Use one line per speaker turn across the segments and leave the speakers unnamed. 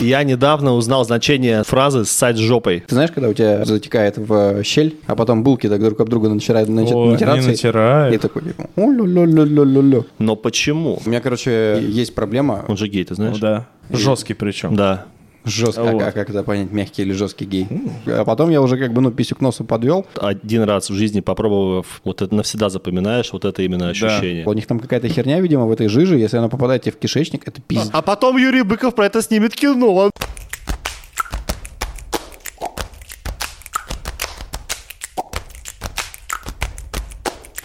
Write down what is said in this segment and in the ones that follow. я недавно узнал значение фразы «ссать жопой».
Ты знаешь, когда у тебя затекает в щель, а потом булки так друг об друга начинают начи-
О, не
натираться?
натирает.
И такой, типа, «О-лё-лё-лё-лё-лё-лё».
Но почему?
У меня, короче, есть проблема.
Он же гей, ты знаешь?
Ну да. Жесткий причем.
Да.
Жесткий,
Вот.
а как это понять, мягкий или жесткий гей? А потом я уже как бы, ну, писю к носу подвел.
Один раз в жизни попробовав, вот это навсегда запоминаешь, вот это именно ощущение.
У них там какая-то херня, видимо, в этой жиже. Если она попадает тебе в кишечник, это пиздец.
А потом Юрий Быков про это снимет кино.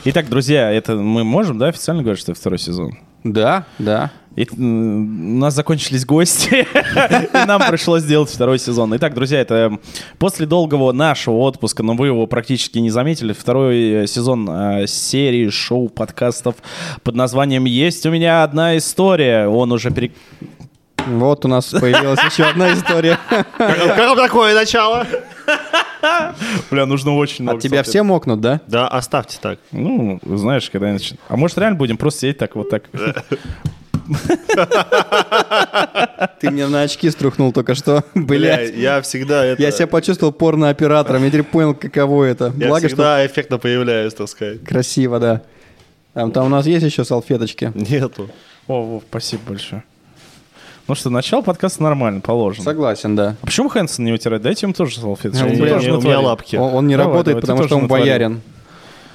Итак, друзья, это мы можем, да, официально говорить, что это второй сезон?
Да, да.
И, м, у нас закончились гости, и нам пришлось сделать второй сезон. Итак, друзья, это м, после долгого нашего отпуска, но вы его практически не заметили, второй э, сезон э, серии шоу-подкастов под названием «Есть у меня одна история». Он уже пере...
Вот у нас появилась еще одна история.
Как вам такое начало?
Бля, нужно очень много...
От тебя
салфеток.
все мокнут, да?
Да, оставьте так.
Ну, знаешь, когда я нач- А может, реально будем просто сидеть так вот так?
Ты мне на очки струхнул только что. Блять.
я всегда это...
Я себя почувствовал порно-оператором. Я теперь понял, каково это.
я
Благо, что
всегда эффектно появляюсь, так сказать.
красиво, да. Там, там у нас есть еще салфеточки.
Нету.
О, Вов, спасибо большое. Ну что, начало подкаста нормально, положено.
Согласен, да.
А почему Хэнсон не вытирает? Дайте ему тоже салфетку.
Ну,
У
блин,
меня-
тоже
у меня лапки.
Он, он не
Давай,
работает,
давай, ты
потому
тоже
что он
натворил.
боярин.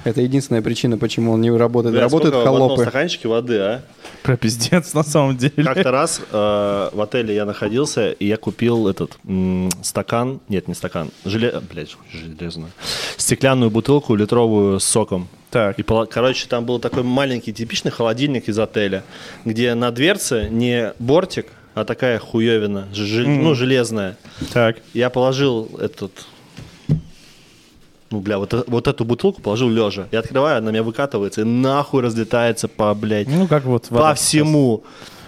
Это единственная причина, почему он не работает.
Бля,
Работают
сколько в одном
холопы.
стаканчике воды, а?
Про пиздец на самом деле.
Как-то раз э, в отеле я находился, и я купил этот м, стакан, нет, не стакан, желе... блядь, железную, стеклянную бутылку литровую с соком.
Так.
И, пола- короче, там был такой маленький типичный холодильник из отеля, где на дверце не бортик, а такая хуевина, же- ну, железная.
Так.
Я положил этот... Ну, бля, вот, э- вот эту бутылку положил лежа. Я открываю, она у меня выкатывается и нахуй разлетается по, блядь,
Ну, как вот вода
по
сейчас.
всему.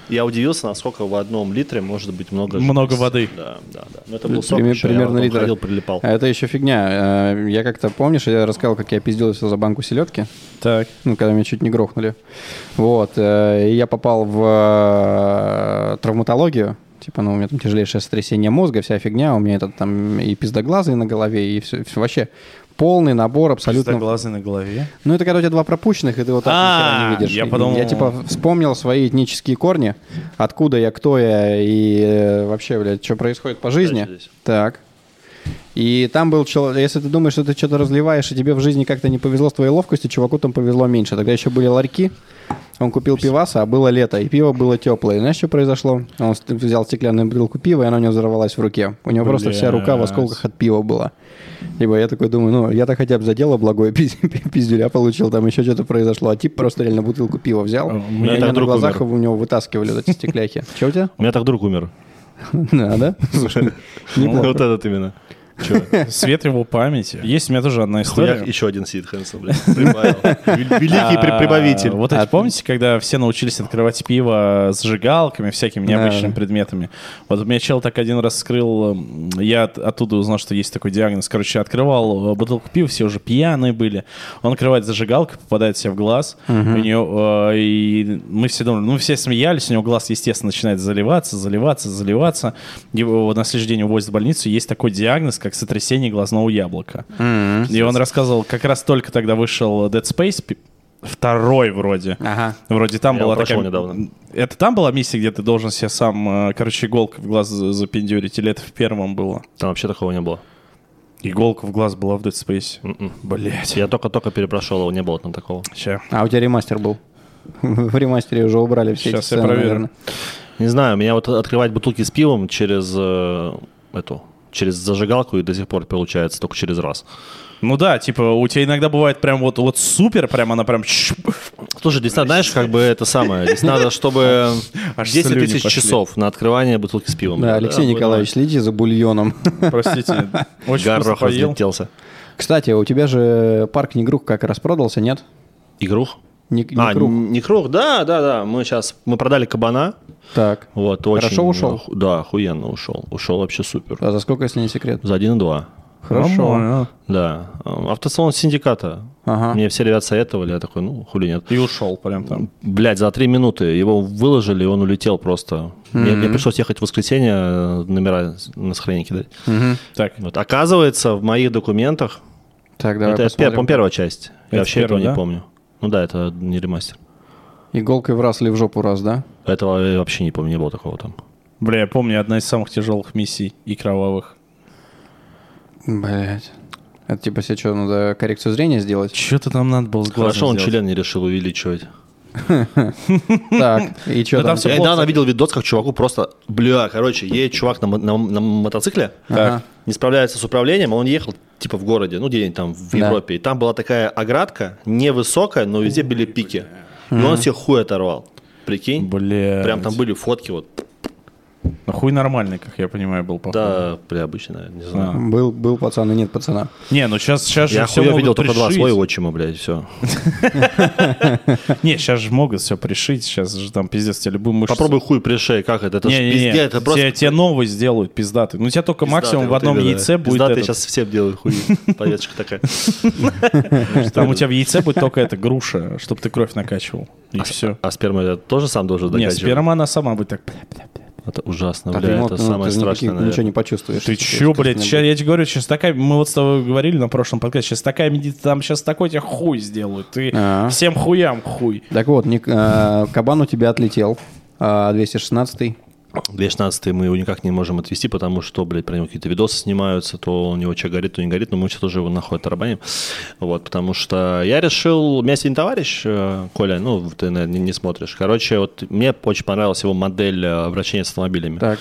Я удивился, насколько в одном литре может быть много...
Много
жидкости.
воды.
Да, да, да. Но это был сок,
Пример-
еще я
примерно
потом
литр.
ходил, прилипал.
А это еще фигня. Э, Я как-то, помнишь, я рассказывал, как я пиздился за банку селедки?
Так.
Ну, когда меня чуть не грохнули. Вот. э, и я попал в э, травматологию. Типа, ну, у меня там тяжелейшее сотрясение мозга, вся фигня. У меня этот там и пиздоглазый на голове, и все, вообще полный набор абсолютно.
глазы на голове.
Ну, это когда у тебя два пропущенных, и ты вот так
А,
нихера не видишь.
я
И
подумал.
Я, типа, вспомнил свои этнические корни, откуда я, кто я, и э, вообще, блядь, что происходит по жизни.
здесь.
Так. И там был человек, если ты думаешь, что ты что-то разливаешь, и тебе в жизни как-то не повезло с твоей ловкостью, чуваку там повезло меньше. Тогда еще были ларьки, он купил пиваса, а было лето, и пиво было теплое. И знаешь, что произошло? Он ст- взял стеклянную бутылку пива, и она у него взорвалась в руке. У него просто вся рука в
Блядь.
осколках от пива была. Либо я такой думаю, ну, я-то хотя бы за дело благое пиз- пиздюля получил, там еще что-то произошло. А тип просто реально бутылку пива взял,
У
и
меня
они
так
на
друг
глазах
умер.
у него вытаскивали вот эти стекляхи. Че у тебя?
У меня так друг умер.
Да, да? Слушай, неплохо.
Вот этот именно. Чё?
Свет его памяти. Есть у меня тоже одна
Я
история.
еще один Сид Хэнсон, блядь, прибавил. Вел- Великий при- прибавитель.
А, Вот эти, помните, когда все научились открывать пиво зажигалками, всякими необычными
да.
предметами? Вот у меня чел так один раз скрыл, м, я от- оттуда узнал, что есть такой диагноз. Короче, открывал э, бутылку пива, все уже пьяные были. Он открывает зажигалку, попадает себе в глаз. У нее, э, и мы все думали, ну все смеялись, у него глаз, естественно, начинает заливаться, заливаться, заливаться. Его на следующий день увозят в больницу. Есть такой диагноз, как сотрясение глазного яблока. И он рассказывал, как раз только тогда вышел Dead Space, пи- второй вроде.
Ага.
Вроде там
Я
была
его прошел
такая...
недавно.
Это там была миссия, где ты должен себе сам, э, короче, иголкой в глаз за- запендюрить, или это в первом было?
Там вообще такого не было.
Иголка в глаз была в Dead Space.
М-м.
Блять.
Я только-только перепрошел его, не было там такого.
Сейчас.
А у тебя ремастер был. В ремастере уже убрали все эти
Сейчас я
сцены,
проверю.
наверное.
Не знаю, меня вот открывать бутылки с пивом через э, эту через зажигалку и до сих пор получается только через раз.
Ну да, типа, у тебя иногда бывает прям вот, вот супер, прям она прям... щуп.
Слушай, здесь надо, знаешь, как бы это самое, здесь надо, чтобы
Аж
10
слюни
тысяч
пошли.
часов на открывание бутылки с пивом.
Да, Алексей Николаевич, следи за бульоном.
Простите. Очень вкусно
Горох
поел.
разлетелся.
Кстати, а у тебя же парк Негрух как раз продался, нет?
Игрух?
Не,
А,
Негрух.
Некрух, да, да, да. Мы сейчас, мы продали кабана.
Так.
Вот,
Хорошо
очень,
ушел?
э, ху- Да, охуенно ушел. Ушел вообще супер.
А за сколько, если не секрет?
За 1,2.
Хорошо.
Нормально.
Да. Э, Автосалон синдиката.
Ага.
Мне все ребят советовали, я такой, ну, хули нет.
И ушел прям там.
Блять, за три минуты его выложили, и он улетел просто. Мне, мне пришлось ехать в воскресенье, э, номера с- на сохранение кидать.
Так,
Вот, оказывается, в моих документах,
Так, давай
это
посмотрим.
пе- по-моему, первая часть,
Это
я вообще
первая,
этого
да?
не помню. Ну да, это не ремастер.
Иголкой в раз или в жопу раз, да?
Этого я вообще не помню, не было такого там.
бля, я помню, одна из самых тяжелых миссий и кровавых.
Блять. Это типа себе что, надо коррекцию зрения сделать?
Что-то там надо было с глазом
Хорошо, он
сделать.
член не решил увеличивать.
Так, и что там?
Да там всё
Я
плохо,
недавно видел видос, как чуваку просто, бля, короче, едет чувак на, мо- на м- на мотоцикле,
Ага.
не справляется с управлением, а он ехал типа в городе, ну где-нибудь там в
Да.
Европе, и там была такая оградка, невысокая, но везде были пики, и он себе хуй оторвал, прикинь,
Бля.
прям там были фотки вот,
Ну, хуй нормальный, как я понимаю, был, походу.
да, бля, обычный, наверное, не знаю.
А.
Был, был пацан и нет пацана.
Не, ну сейчас, сейчас
Я
же все
хуя
могут
видел только два,
пришить.
свой отчима, блядь, все.
Не, сейчас же могут все пришить, сейчас же там пиздец тебе любую мышцу.
Попробуй хуй пришей, как это? Это ж
Не, не, не,
пиздец, это просто...
тебе, тебе новый сделают пиздатый. Ну, у тебя только максимум в одном яйце будет
Да, ты
этот.
сейчас всем делают хуй, повесточка такая. Ну,
Там у тебя в яйце будет только эта груша, чтобы ты кровь накачивал. И все.
А сперма я тоже сам должен
Не,
докачивать?
сперма она сама будет так. бля, бля, бля.
Это ужасно,
Так,
бля,
ну,
это
ну,
самое
ты же
страшное,
никаких- Ничего не почувствуешь.
Ты
Если
чё,
ты
блядь?
не
Ща, я тебе говорю, сейчас такая... Мы вот с тобой говорили на прошлом подкасте, сейчас такая медицина, там сейчас такой тебе хуй сделают. Ты
А.
всем хуям хуй.
Так вот, Ник- э, кабан у тебя отлетел. а, 216
2016 мы его никак не можем отвести, потому что, блядь, про него какие-то видосы снимаются, то у него что горит, то не горит, но мы сейчас тоже его нахуй тарабаним. Вот, потому что я решил, у меня есть один товарищ, э, Коля, ну, ты, наверное, не, не смотришь. Короче, вот мне очень понравилась его модель э, обращения с автомобилями.
Так.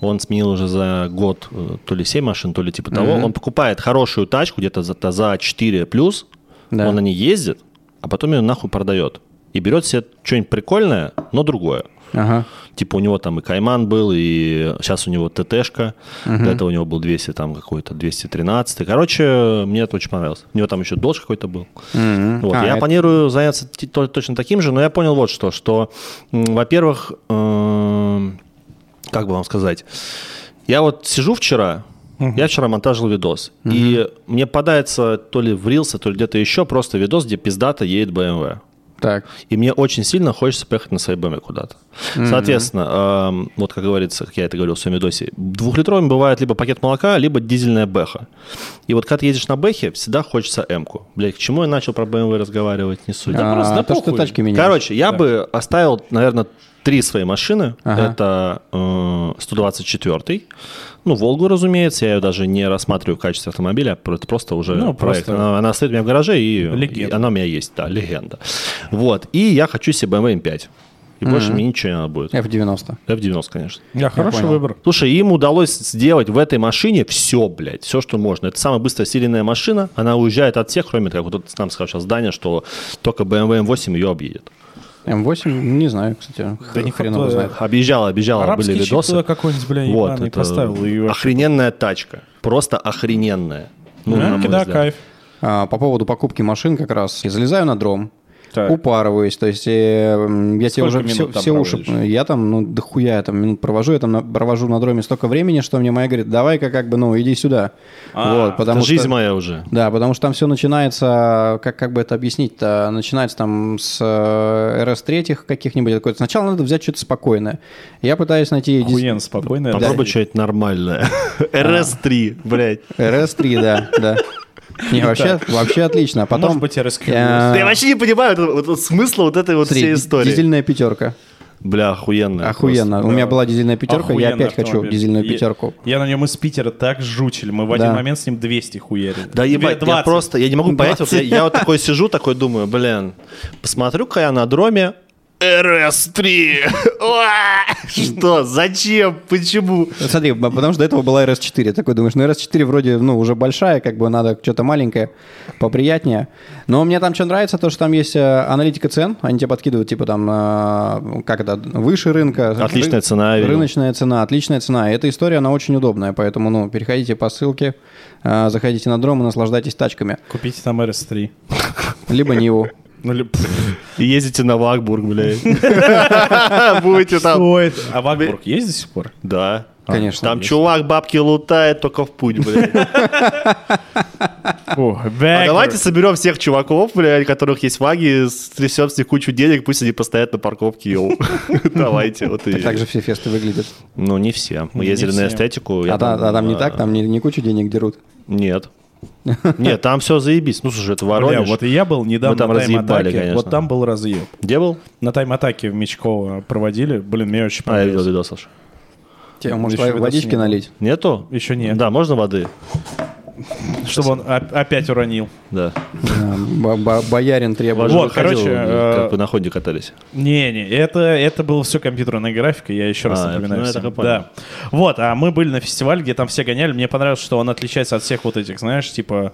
Он сменил уже за год э, то ли 7 машин, то ли типа того. Он покупает хорошую тачку где-то за, та- за 4 плюс,
Да.
он на ней ездит, а потом ее нахуй продает. И берет себе что-нибудь прикольное, но другое.
Ага.
Типа у него там и Кайман был, и сейчас у него ТТшка. До этого у него был 200 там какой-то, 213. Короче, мне это очень понравилось. У него там еще дождь какой-то был.
Мгм.
Вот.
А,
я
это-
планирую заняться ти- то- точно таким же, но я понял вот что, что, м, во-первых, эм, как бы вам сказать, я вот сижу вчера, я вчера монтажил видос, и мне подается то ли в Рилсы, то ли где-то еще просто видос, где пиздата едет эм BMW.
Так.
И мне очень сильно хочется поехать на своей бэме куда-то. Соответственно, эм, вот как говорится, как я это говорил в своем видосе, двухлитровым бывает либо пакет молока, либо дизельная бэха. И вот когда ты едешь на бэхе, всегда хочется эмку. Блять, к чему я начал про BMW разговаривать, не суть.
А,
просто да
то, что ты
похуй.
тачки меняешь.
Короче, я бы оставил, наверное, три свои машины.
Ага.
Это э, 124 ну, Волгу, разумеется, я ее даже не рассматриваю в качестве автомобиля, про- это просто уже
Ну,
проект.
просто-
Она, она стоит у меня в гараже, и,
Легенда.
и она у меня есть, да, легенда. Вот, и я хочу себе BMW M5. И больше мне ничего не надо будет.
F90.
F90, конечно.
Да, хороший
понял.
выбор.
Слушай, им удалось сделать в этой машине все, блядь, все, что можно. Это самая быстрая серийная машина. Она уезжает от всех, кроме, как вот тут нам сказал сейчас здание, что только BMW M8 ее объедет.
М8, Эм не знаю, кстати. Да
ни
ни хрена
хрена.
его знает.
Объезжала, объезжала,
Арабский
были
чип
видосы.
туда какой-нибудь, бля,
вот,
ебаный
это
поставил. и вообще.
охрененная тачка. Просто охрененная. Ну, на
Ну,
мой
Да,
взгляд.
кайф.
А, по поводу покупки машин как раз. И залезаю на дром.
Так.
Упарываюсь, то есть э, м, я тебе уже
Сколько минут
все,
там
все уши,
проводишь?
я там, ну, дохуя я там минут провожу, я там на- провожу на дроме столько времени, что мне моя говорит, давай-ка как бы, ну, иди сюда.
А,
вот, потому
Это
что...
жизнь моя уже.
Да, потому что там все начинается, как, как бы это объяснить-то, начинается там с э, РС-3 каких-нибудь. Какой-то. Сначала надо взять что-то спокойное. Я пытаюсь найти... дис-
Охуенно спокойно.
Попробуй что-нибудь нормальное.
А.
РС-3, блядь.
РС-3, да, да. Не, вообще, вообще отлично. А Потом,
Может быть, RSQ.
э,
Да Я вообще не понимаю этого- вот- вот смысла вот этой вот
смотри,
всей
ди-
истории.
Дизельная пятерка.
Бля, охуенно.
Охуенно. У меня была дизельная пятерка, я
Охуенный
опять хочу
автомобиль.
дизельную
Я-
пятерку.
Я, на нем из Питера так жучили. Мы в один
Да.
момент с ним 200 хуярили.
Да ебать, я
220.
просто, я не могу понять, вот я,
20.
я вот такой сижу, такой думаю, блин, посмотрю-ка я на дроме, РС-3, Уа! что, зачем, почему?
Смотри, б- потому что до этого была RS4. Такой думаешь, ну RS4 вроде, ну, уже большая, как бы надо что-то маленькое, поприятнее. Но мне там что нравится, то, что там есть э, аналитика цен. Они тебе подкидывают, типа, там, э, как это, выше рынка.
Отличная цена, я видел.
Рыночная цена, отличная цена. И эта история, она очень удобная. Поэтому, ну, переходите по ссылке, э, заходите на дром и наслаждайтесь тачками.
Купите там RS3.
Либо Ниву.
Ну, ли- пф,
И ездите на Вагбург, блядь. Будете там.
что это? А Вагбург есть до сих пор?
Да.
Конечно.
Там чувак бабки лутает только в путь, блядь.
О,
А
Вагер.
давайте соберем всех чуваков, блядь, у которых есть маги, стрясем с них кучу денег, пусть они постоят на парковке, йоу. Давайте, вот и...
Так, так же все фесты выглядят.
Ну, не все. Мы
Не
ездили на
все.
эстетику. я
А, та- а там не
а,
так, там не, не кучу денег дерут.
Нет. Нет, там все заебись. Ну, слушай, это
Бля,
Воронеж.
вот и я был недавно
Мы там
на
разъебали,
тайм-атаке.
конечно.
Вот там был разъеб.
Где был?
На тайм-атаке в Мечково проводили. Блин, мне очень
А, я видел
понравилось.
видос, Саша.
Тебе, может,
еще
во- водички
видос не
налить?
Нету?
Еще нет.
Да, можно воды?
Чтобы он оп- опять уронил.
Да.
Да, бо- бо- Боярин требует.
Важно,
Вот,
выходил,
короче,
Как
э,
вы на Хонде катались.
Не-не, это, это было все компьютерная графика, я еще раз
А,
напоминаю.
ну, я
всем.
так и понял.
да. Вот, а мы были на фестивале, где там все гоняли. Мне понравилось, что он отличается от всех вот этих, знаешь, типа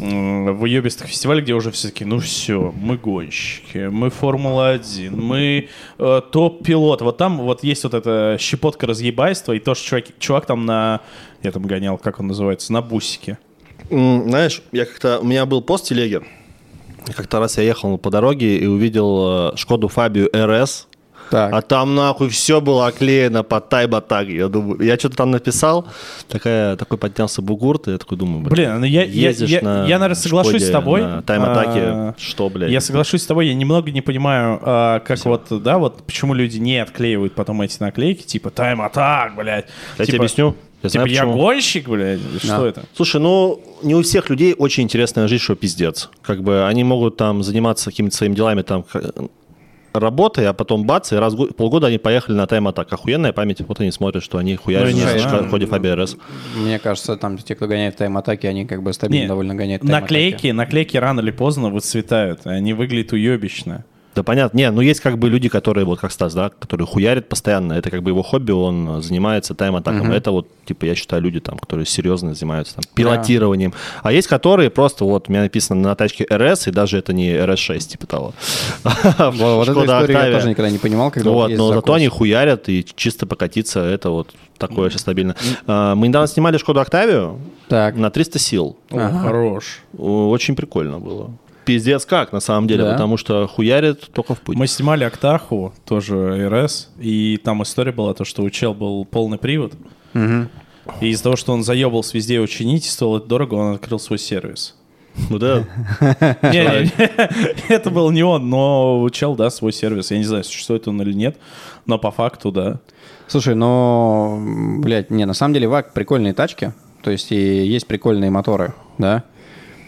м, в уебистых фестивалях, где уже все таки ну все, мы гонщики, мы Формула-1, мы э, топ-пилот. Вот там вот есть вот эта щепотка разъебайства, и то, что чувак, чувак там на... Я там гонял, как он называется, на бусике.
М, Знаешь, я как-то... У меня был пост в телеге. И Как-то раз я ехал по дороге и увидел э, Шкоду Фабию РС.
Так.
А там нахуй все было оклеено под тайбатаг. Я думаю, я что-то там написал, такая, такой поднялся бугурт, и я такой думаю,
Блин, ну я, я,
ездишь
я,
на
я, наверное, соглашусь
«Шкоде»,
с тобой.
на тайм-атаке,
А,
что, блядь?
Я соглашусь с тобой, я немного не понимаю, а, как вот, да, вот почему люди не отклеивают потом эти наклейки, типа тайм-атак, блядь.
Я тебе
Типа-
объясню. Я
типа
знаю,
я
почему.
гонщик, блядь, или что это?
Слушай, ну, не у всех людей очень интересная жизнь, что пиздец. Как бы они могут там заниматься какими-то своими делами, там, к- работой, а потом бац, и раз в го- полгода они поехали на тайм-атак. Охуенная память, вот они смотрят, что они хуярят
Ну, я не
на
знаю.
ходе Фабия РС.
Мне кажется, там те, кто гоняет тайм-атаки, они как бы стабильно
Не,
довольно гоняют тайм-атаки.
наклейки, наклейки рано или поздно выцветают, они выглядят уебищно.
Да понятно. Не, ну есть как бы люди, которые, вот как Стас, да, которые хуярят постоянно. Это как бы его хобби, он э, занимается тайм-атаком. Это вот, типа, я считаю, люди там, которые серьезно занимаются там, пилотированием. А есть которые просто, вот, у меня написано на тачке РС, и даже это не RS6, типа того.
Во- Вот, эту
Шкода
историю я
Октавия.
тоже никогда не понимал, когда
Вот,
есть
но
закос.
зато они хуярят и чисто покатиться, это вот такое сейчас стабильно. А, Мы недавно снимали Шкоду Октавию
Так,
на 300 сил.
О, хорош.
О, Очень прикольно было. Пиздец как, на самом деле,
Да.
потому что хуярят только в путь.
Мы снимали Актаху, тоже РС, и там история была, то, что у чел был полный привод, и из-за того, что он заебался везде учинить, и стоило это дорого, он открыл свой сервис.
Ну да.
Не, не, это был не он, но чел, да, свой сервис. Я не знаю, существует он или нет, но по факту, да.
Слушай, но, м, блядь, не, на самом деле ВАК прикольные тачки, то есть и есть прикольные моторы, да,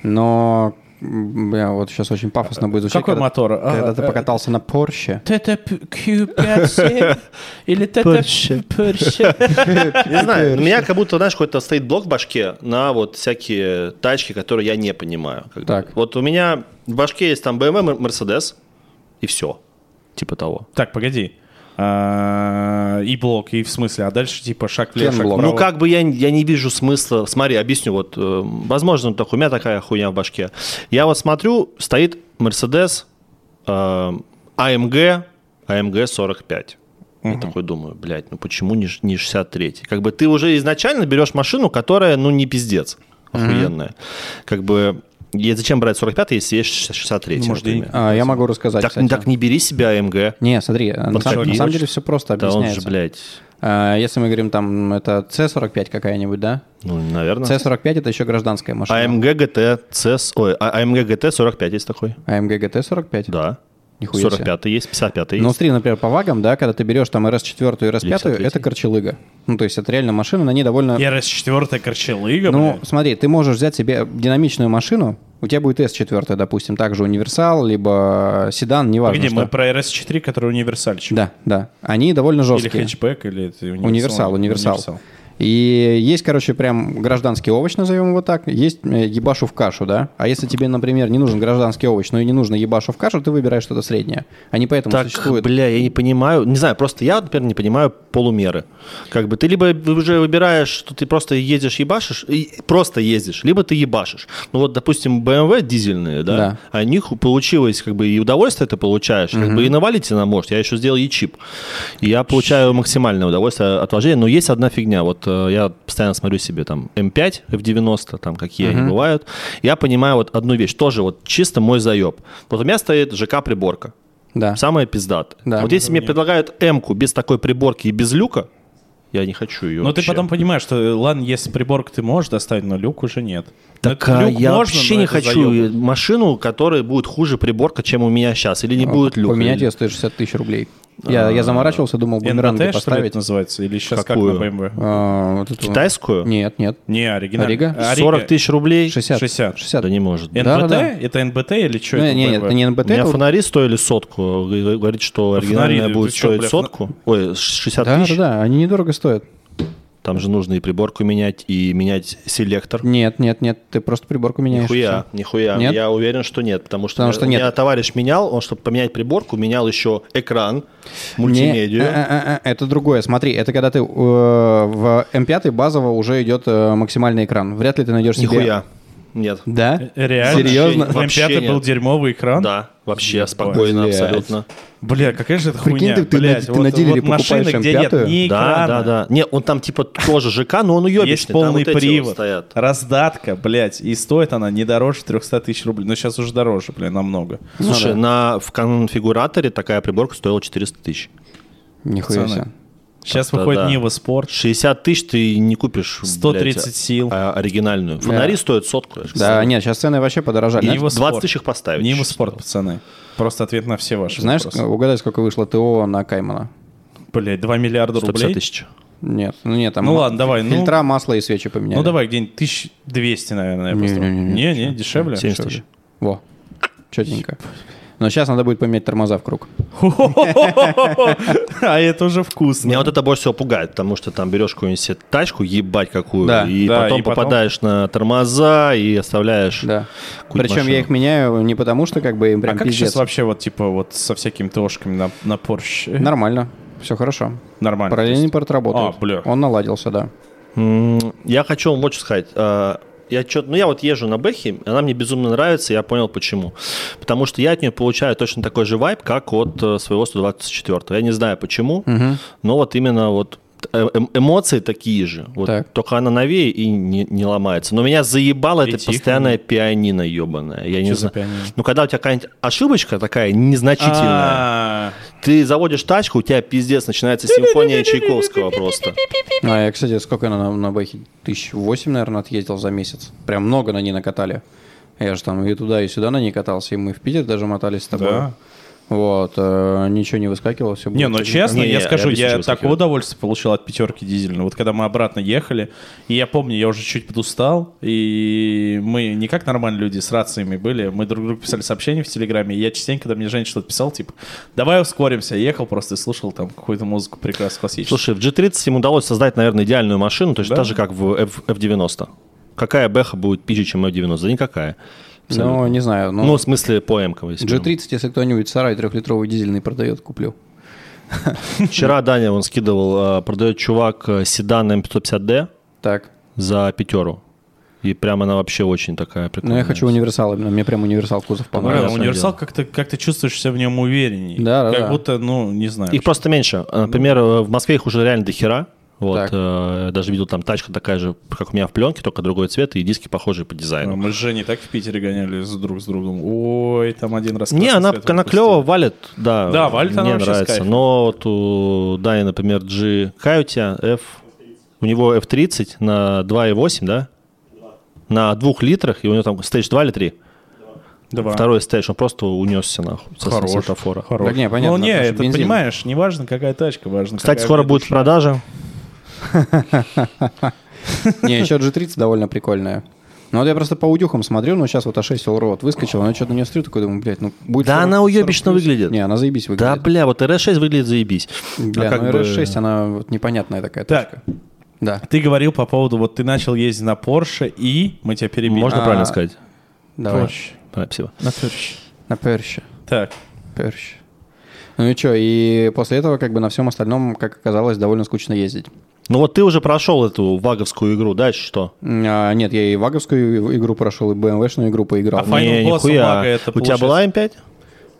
но, м, бля, вот сейчас очень пафосно будет звучать.
Какой
когда-
мотор? А,
Когда ты
э,
покатался на Порше.
ТТП-Q57 или ТТП-Порше.
Не знаю, у меня как будто, знаешь, какой-то стоит блок в башке на вот всякие тачки, которые я не понимаю. Как бы.
Так.
Вот у меня в башке есть там BMW, Мер- Mercedes и все. Типа того.
Так, погоди. А, И блок, и в смысле, а дальше типа шаг влево, шаг
Кенблок.
Ну,
вправо.
как бы я, я не вижу смысла. Смотри, объясню. Вот, э, возможно, так, у меня такая хуйня в башке. Я вот смотрю, стоит Mercedes э, AMG, AMG 45. Я такой думаю, блядь, ну почему не, ш- не 63? Как бы ты уже изначально берешь машину, которая, ну, не пиздец, охуенная. Как бы, и зачем брать 45, если есть 63?
Ну, может, и-
А, я могу рассказать,
так,
кстати.
так не бери себя AMG.
Не, смотри, э, на,
как
сам- на
есть?
самом деле все просто
Да он же,
объясняется.
блядь,
А, Если мы говорим, там, это C45 какая-нибудь, да?
ну, наверное.
C45 это еще гражданская машина.
AMG GT CS, ой, а- AMG GT 45 есть такой.
AMG GT45?
Да.
Нихуя
45 есть, 55 есть.
Ну, смотри, например, по вагам, да, когда ты берешь там RS4 и RS5,
53.
это корчелыга. Ну, то есть это реально машина, на ней довольно...
РС-4 Корчелыга,
ну,
блядь.
смотри, ты можешь взять себе динамичную машину, у тебя будет S4, допустим, также универсал, либо седан, неважно
Погоди,
что.
мы про РС-4, который универсальчик.
Да, да. Они довольно
Или
жесткие.
хэтчбэк, или это
Универсал, универсал.
универсал.
И есть, короче, прям гражданский овощ, назовем его так, есть э, ебашу в кашу, да? А если тебе, например, не нужен гражданский овощ, но и не нужно ебашу в кашу, ты выбираешь что-то среднее. Они поэтому
так,
существуют.
бля, я не понимаю. Не знаю, просто я, например, не понимаю полумеры. Как бы ты либо уже выбираешь, что ты просто едешь, ебашишь, и просто ездишь, либо ты ебашишь. Ну вот, допустим, BMW дизельные, да,
Да.
о них получилось, как бы и удовольствие ты получаешь, как бы и навалить она может. Я еще сделал и чип. И я получаю максимальное удовольствие от вождения, но есть одна фигня. Вот э, я постоянно смотрю себе там эм М5, F90, там какие они бывают. Я понимаю вот одну вещь, тоже вот чисто мой заеб. Вот у меня стоит ЖК-приборка.
Да.
Самая пиздатая.
Да.
вот если мне предлагают М-ку без такой приборки и без люка, Я не хочу ее
Но ты
вообще.
потом понимаешь, что ладно, если приборку ты можешь доставить, но люк уже нет.
Так
Ну,
а,
люк
я
можно,
вообще
но
не
это
хочу
заёб.
машину, которая будет хуже приборка, чем у меня сейчас. Или
А,
не будет люка.
А Поменять
или-
ее стоит 60 тысяч рублей. Я, я
А,
заморачивался, думал, бумеранги
НПТ, что ли,
поставить.
это называется? Или сейчас
Какую?
как на BMW?
А, вот эту-
Китайскую?
Нет, нет.
Не, оригинальный. А,
Орига?
Орига.
40 тысяч рублей?
60.
60.
60.
Да не может.
НБТ?
Да, да.
Это НБТ или что?
Ну, не, не, это не
У
НБТ,
меня
это вот-
фонари стоили сотку. Г- Говорит, что
А Фонари,
оригинальная
ты
будет
чё,
стоить
бля, фона-
сотку. Ой, 60
Да, да,
тысяч.
да, они недорого стоят.
Там же нужно и приборку менять, и менять селектор.
Нет, нет, нет, ты просто приборку меняешь.
Нихуя,
всё.
нихуя.
Нет?
Я уверен, что нет. Потому что,
Потому
у
что
меня
нет.
товарищ менял, он, чтобы поменять приборку, менял еще экран,
Не,
мультимедию.
э, э, э, э, это другое. Смотри, это когда ты э, в М5 базово уже идет э, максимальный экран. Вряд ли ты найдешь себе...
Нихуя. Э, Нет.
Да?
Реально?
Серьезно?
В
Вообще
М5 был
нет.
дерьмовый экран?
Да, вообще спокойно,
Блядь.
абсолютно.
Бля, какая же это
Прикинь,
хуйня,
ты- ты на-
блядь.
ты на дилере покупаешь
машины, где нет
М5?
ни
Да,
экрана,
да, да. Не, он там типа тоже ЖК, но он уебищный.
Есть
там
полный
вот эти вот
привод,
стоят.
раздатка, блядь, и стоит она не дороже 300 тысяч рублей. Но сейчас уже дороже, блядь, намного.
Ну
Слушай, на, в конфигураторе такая приборка стоила 400 тысяч.
Нихуя
Пацаны.
себе.
Сейчас
Да,
выходит
да.
Нива Спорт,
60 тысяч ты не купишь.
130
блядь,
сил.
а- оригинальную. Фонари
Да.
стоят сотку. я же
Да,
говорю.
нет, сейчас цены вообще подорожали.
И
Знаешь,
его
20
спорт.
тысяч их поставить.
Нива Спорт, пацаны. Просто ответ на все ваши
Знаешь, ну,
вопросы.
угадай, сколько вышло ТО на Каймана?
Блядь, 2 миллиарда
150
рублей?
тысяч.
Нет, ну нет, там
Ну
ма-
ладно, давай, ну-
фильтра, масло и свечи поменяли.
Ну давай где-нибудь 1200, наверное. я
Не,
просто-
не, не, не,
не, не, дешевле.
70 тысяч.
Во, четенько. Но сейчас надо будет поменять тормоза в круг.
А это уже вкусно.
Меня вот это больше всего пугает, потому что там берешь какую-нибудь себе тачку, ебать какую,
Да,
и,
да,
потом
и потом-
попадаешь на тормоза и оставляешь
Да.
какую-то
Причем я
машину.
их меняю не потому, что как бы им
А
прям
как
пиздец.
сейчас вообще вот типа вот со всякими ТОшками на, на Porsche?
Нормально, все хорошо.
Нормально.
Параллельный порт работает.
А, бля.
Он наладился, да.
М, Я хочу вам вот что сказать. А, Я чё- ну, я вот езжу на Бэхе, она мне безумно нравится, я понял почему. Потому что я от нее получаю точно такой же вайб, как от э, своего 124 Я не знаю почему, но вот именно вот э- эм- эмоции такие же. Вот
Так.
Только она новее и не, не ломается. Но меня заебало
И
это
тихо.
постоянное пианино ебаное. Я не
Чё за
знаю.
пианино?
Ну, когда у тебя какая-нибудь ошибочка такая незначительная,
А,
ты заводишь тачку, у тебя пиздец, начинается симфония Чайковского просто.
А я, кстати, сколько на, на Бэхе? Тысяч восемь, наверное, отъездил за месяц. Прям много на ней накатали. Я же там и туда, и сюда на ней катался, и мы в Питер даже мотались с тобой.
Да.
Вот, э, ничего не выскакивало, все было.
Не, ну
так-
честно,
Не,
я
я
скажу,
объясню,
я
чего
такое
захотел.
удовольствие получил от пятерки дизельной. Вот когда мы обратно ехали, и я помню, я уже чуть подустал, и мы не как нормальные люди с рациями были, мы друг другу писали сообщения в Телеграме, и я частенько, когда мне Женя что-то писал, типа, давай ускоримся, я ехал просто и слушал там какую-то музыку прекрасно классическую.
Слушай, в G30 им удалось создать, наверное, идеальную машину, то есть
Да?
та же, как в F- F90. Какая бэха будет пизже, чем F90? Да никакая. Абсолютно.
Ну, не знаю, ну,
Ну, в смысле, по М.
G30, если кто-нибудь сарай трехлитровый дизельный продает, куплю.
Вчера Даня он скидывал, э, продает чувак э, седан М550D
Так.
за пятеру. И прям она вообще очень такая прикольная.
Но Ну, я хочу универсал именно. Мне прям универсал кузов
Бля,
понравилось,
понравился.
универсал
дело.
как-то как ты чувствуешь себя в нем увереннее.
Да, да,
Как
да.
будто, ну, не знаю.
Их просто меньше. А, Например, э, в Москве их уже реально дохера. Вот,
Ну. Так.
э, я даже видел там тачка такая же, как у меня в пленке, только другой цвет и диски похожие по
Ну,
А
дизайну.
Мы с Женей так в Питере гоняли с- друг с другом. Ой, там один раз.
Не,
красный
она,
свет
она
выпустили.
клево валит, да.
Да, валит она
Мне
вообще с
нравится.
кайфом.
Но вот у Дани, например, G Каутия F, у него F30 на 2,8, да? На двух литрах, и у него там стейдж 2 или 3?
Два.
Второй стейдж, он просто унесся нахуй со
Хорош.
светофора.
Хорош.
Так не, понятно,
Ну, не,
потому что
это,
бензин.
понимаешь, не важно, какая тачка, важно,
Кстати,
какая
скоро
ты
будет
душа.
продажа.
Не, еще G30 довольно прикольная. Ну вот я просто по удюхам смотрю, ну сейчас вот А6 Allroad выскочила, но я что-то на нее смотрю, такой думаю, блядь, ну будет...
Да
40,
она
40
уебищно
плюс.
выглядит.
Не, она заебись
Да,
выглядит.
бля, вот RS6 выглядит заебись.
Бля,
а как
ну
бы-
RS6, она вот непонятная такая
Так.
тачка. Да,
Ты говорил по поводу, вот ты начал ездить на Porsche и мы тебя перебили.
Можно
А,
правильно сказать?
давай.
Porsche.
А, Спасибо.
На Porsche.
На Перще.
Так,
Перще. Ну и что, и после этого как бы на всем остальном, как оказалось, довольно скучно ездить.
Ну вот ты уже прошел эту ваговскую игру, дальше что?
А, нет, я и ваговскую игру прошел, и BMW-шную игру поиграл.
А Final Boss у Вага это
У тебя была М5?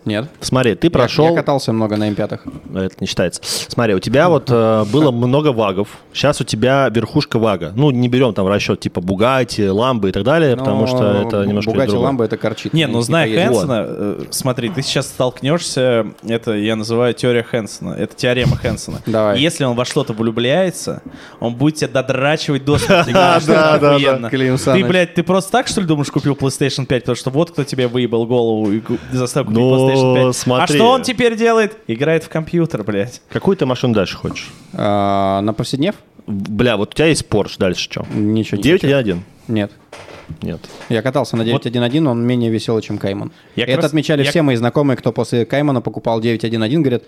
Нет.
Смотри, ты
Я,
прошел... Э,
я катался много на М5.
Это не считается. Смотри, у тебя вот э, было много вагов. Сейчас у тебя верхушка вага. Ну, не берем там в расчет типа Бугати, Ламбы и так далее, потому что это немножко
Ну, Бугати
другое.
Ламба это корчит.
Не, ну зная
поедешь.
Хэнсона, э, смотри, ты сейчас столкнешься, это я называю теория Хэнсона, это теорема Хэнсона.
Давай.
Если он во что-то влюбляется, он будет тебя додрачивать до смерти.
Да,
конечно,
да,
это
да,
охуенно.
да, Клим
Ты,
Саныч.
блядь, ты просто так, что ли, думаешь, купил PlayStation 5, потому что вот кто тебе выебал голову и гу- заставил купить
Ну,
PlayStation 5.
смотри.
А что он теперь делает? Играет в компьютер, блядь.
Какую ты машину дальше хочешь?
А, на повседнев?
Бля, вот у тебя есть Porsche, дальше что?
Ничего не
911?
Нет.
Нет.
Я катался на 9.1.1, он менее веселый, чем Кайман.
Я как
это
раз-
отмечали
я-
все мои знакомые, кто после Каймана покупал 9.1.1, говорят,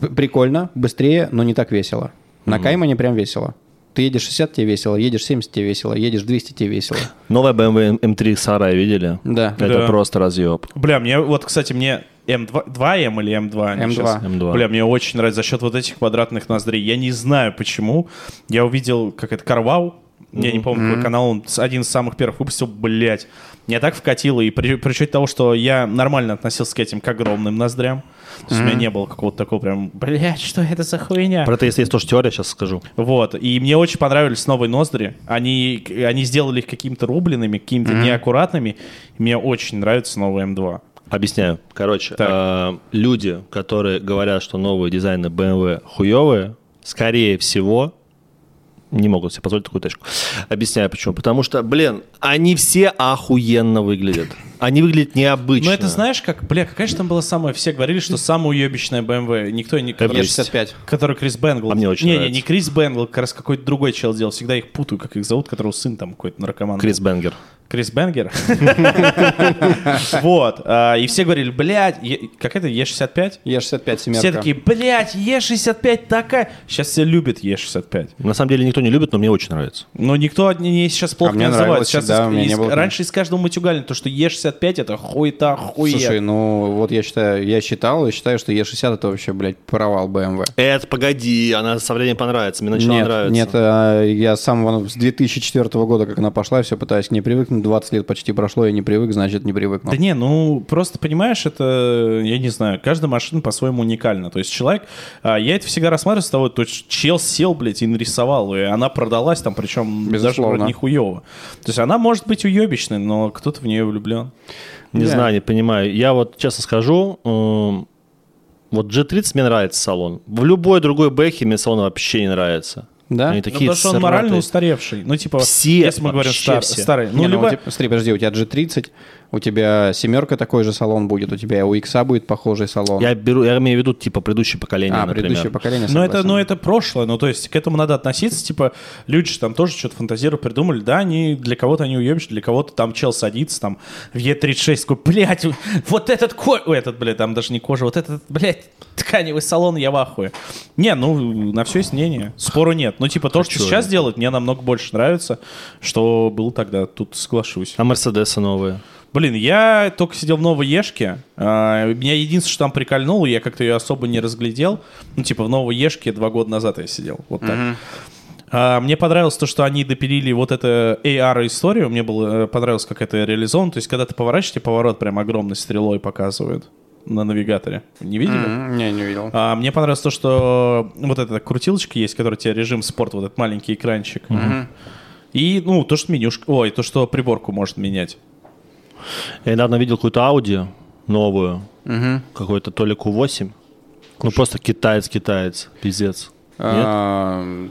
«П- прикольно, быстрее, но не так весело. На Каймане прям весело. Ты едешь 60, тебе весело, едешь 70, тебе весело, едешь 200, тебе весело.
Новая BMW M3 Сарай видели?
Да.
Это
Да.
просто разъеб.
Бля, мне вот, кстати, мне М2, 2М или М2? они
М2.
щас?
М2.
Бля, мне очень нравится за счет вот этих квадратных ноздрей. Я не знаю почему. Я увидел, как это, Карвау. Я не помню, какой канал он с- один из самых первых выпустил, блядь. Меня так вкатило, и при, при учете того, что я нормально относился к этим, к огромным ноздрям. То есть у меня не было какого-то такого прям, блядь, что это за хуйня?
Про это, если есть тоже теория, сейчас скажу.
Вот, и мне очень понравились новые ноздри. Они, они сделали их какими-то рубленными, какими-то неаккуратными. И мне очень нравится новый М2.
Объясняю. Короче,
Так.
э, люди, которые говорят, что новые дизайны BMW хуевые, скорее всего, не могут себе позволить такую тачку. Объясняю почему. Потому что, блин, они все охуенно выглядят. Они выглядят необычно.
Ну это знаешь, как, бля, какая же там была самая, все говорили, что самая уебищная BMW, никто не...
Э,
Который,
Есть.
65.
который Крис Бенгл.
А мне очень
не,
нравится.
Не, не Крис Бенгл, как раз какой-то другой чел делал, всегда их путаю, как их зовут, которого сын там какой-то наркоман.
Крис Бенгер.
Крис Бенгер. Вот, а, и все говорили, блядь, Е- как это, Е65?
Е65 семерка.
Все такие, блядь, Е65 такая. Сейчас все любят Е65.
На самом деле никто не любит, но мне очень нравится.
Но никто от нее сейчас плохо
А
не
мне
называет.
нравилось
Сейчас
всегда, у меня не было-
раньше из каждого матюгали, то, что Е65 это хуета, хуя.
Слушай, ну вот я считаю, я считал, я считаю, что Е60 это вообще, блядь, провал BMW.
Это, погоди, она со временем понравится. Мне начала
Нет,
нравиться.
нет, а, я с самого с 2004 года, как она пошла, все пытаюсь к ней привыкнуть. 20 лет почти прошло, я не привык, значит, не привыкнул.
Да не, ну просто понимаешь, это, я не знаю, каждая машина по-своему уникальна. То есть человек, а, я это всегда рассматриваю с того, то есть чел сел, блядь, и нарисовал, и она продалась там, причем даже
Безусловно.
вроде не хуево. То есть она может быть уебищной, но кто-то в нее влюблен.
Не
Да.
знаю, не понимаю. Я вот честно скажу, эм, вот G30 мне нравится салон. В любой другой бэхе мне салон вообще не нравится.
Да?
Они
Ну,
Ну,
такие
потому что он
сратые.
морально устаревший. Ну, типа,
Все,
если мы говорим
вообще
стар-
все.
старый. Ну,
Не, ну,
либо...
у тебя- смотри, подожди, у тебя G30, у тебя семерка такой же салон будет, у тебя и у X будет похожий салон.
Я беру, я имею в виду типа предыдущее поколение,
а,
например.
предыдущее поколение
Но это,
согласен.
но это прошлое, ну то есть к этому надо относиться, типа люди же там тоже что-то фантазируют, придумали, да, они для кого-то они уебищные, для кого-то там чел садится там в Е36, такой, блядь, вот этот ко... Ой, этот, блядь, там даже не кожа, вот этот, блядь, тканевый салон, я в ахуе. Не, ну на все есть мнение, спору нет. Ну типа то, что
А чё
сейчас
это?
делают, мне намного больше нравится, что было тогда, тут соглашусь.
А Мерседесы новые.
Блин, я только сидел в новой Ешке. а, Меня единственное, что там прикольнуло, я как-то ее особо не разглядел. Ну, типа, в новой Ешке два года назад я сидел. Вот так. А, Мне понравилось то, что они допилили вот эту AR-историю. Мне было э, понравилось, как это реализовано. То есть, когда ты поворачиваешь, тебе поворот прям огромной стрелой показывают на навигаторе. Не видели?
Мгм, Не, не видел.
А, мне понравилось то, что вот эта крутилочка есть, которая тебе режим спорт, вот этот маленький экранчик. И, ну, то, что менюшка... Ой, то, что приборку может менять.
Я недавно видел какую-то Audi новую, какой-то то ли Q8. Ну просто китаец-китаец, пиздец. Нет?
А,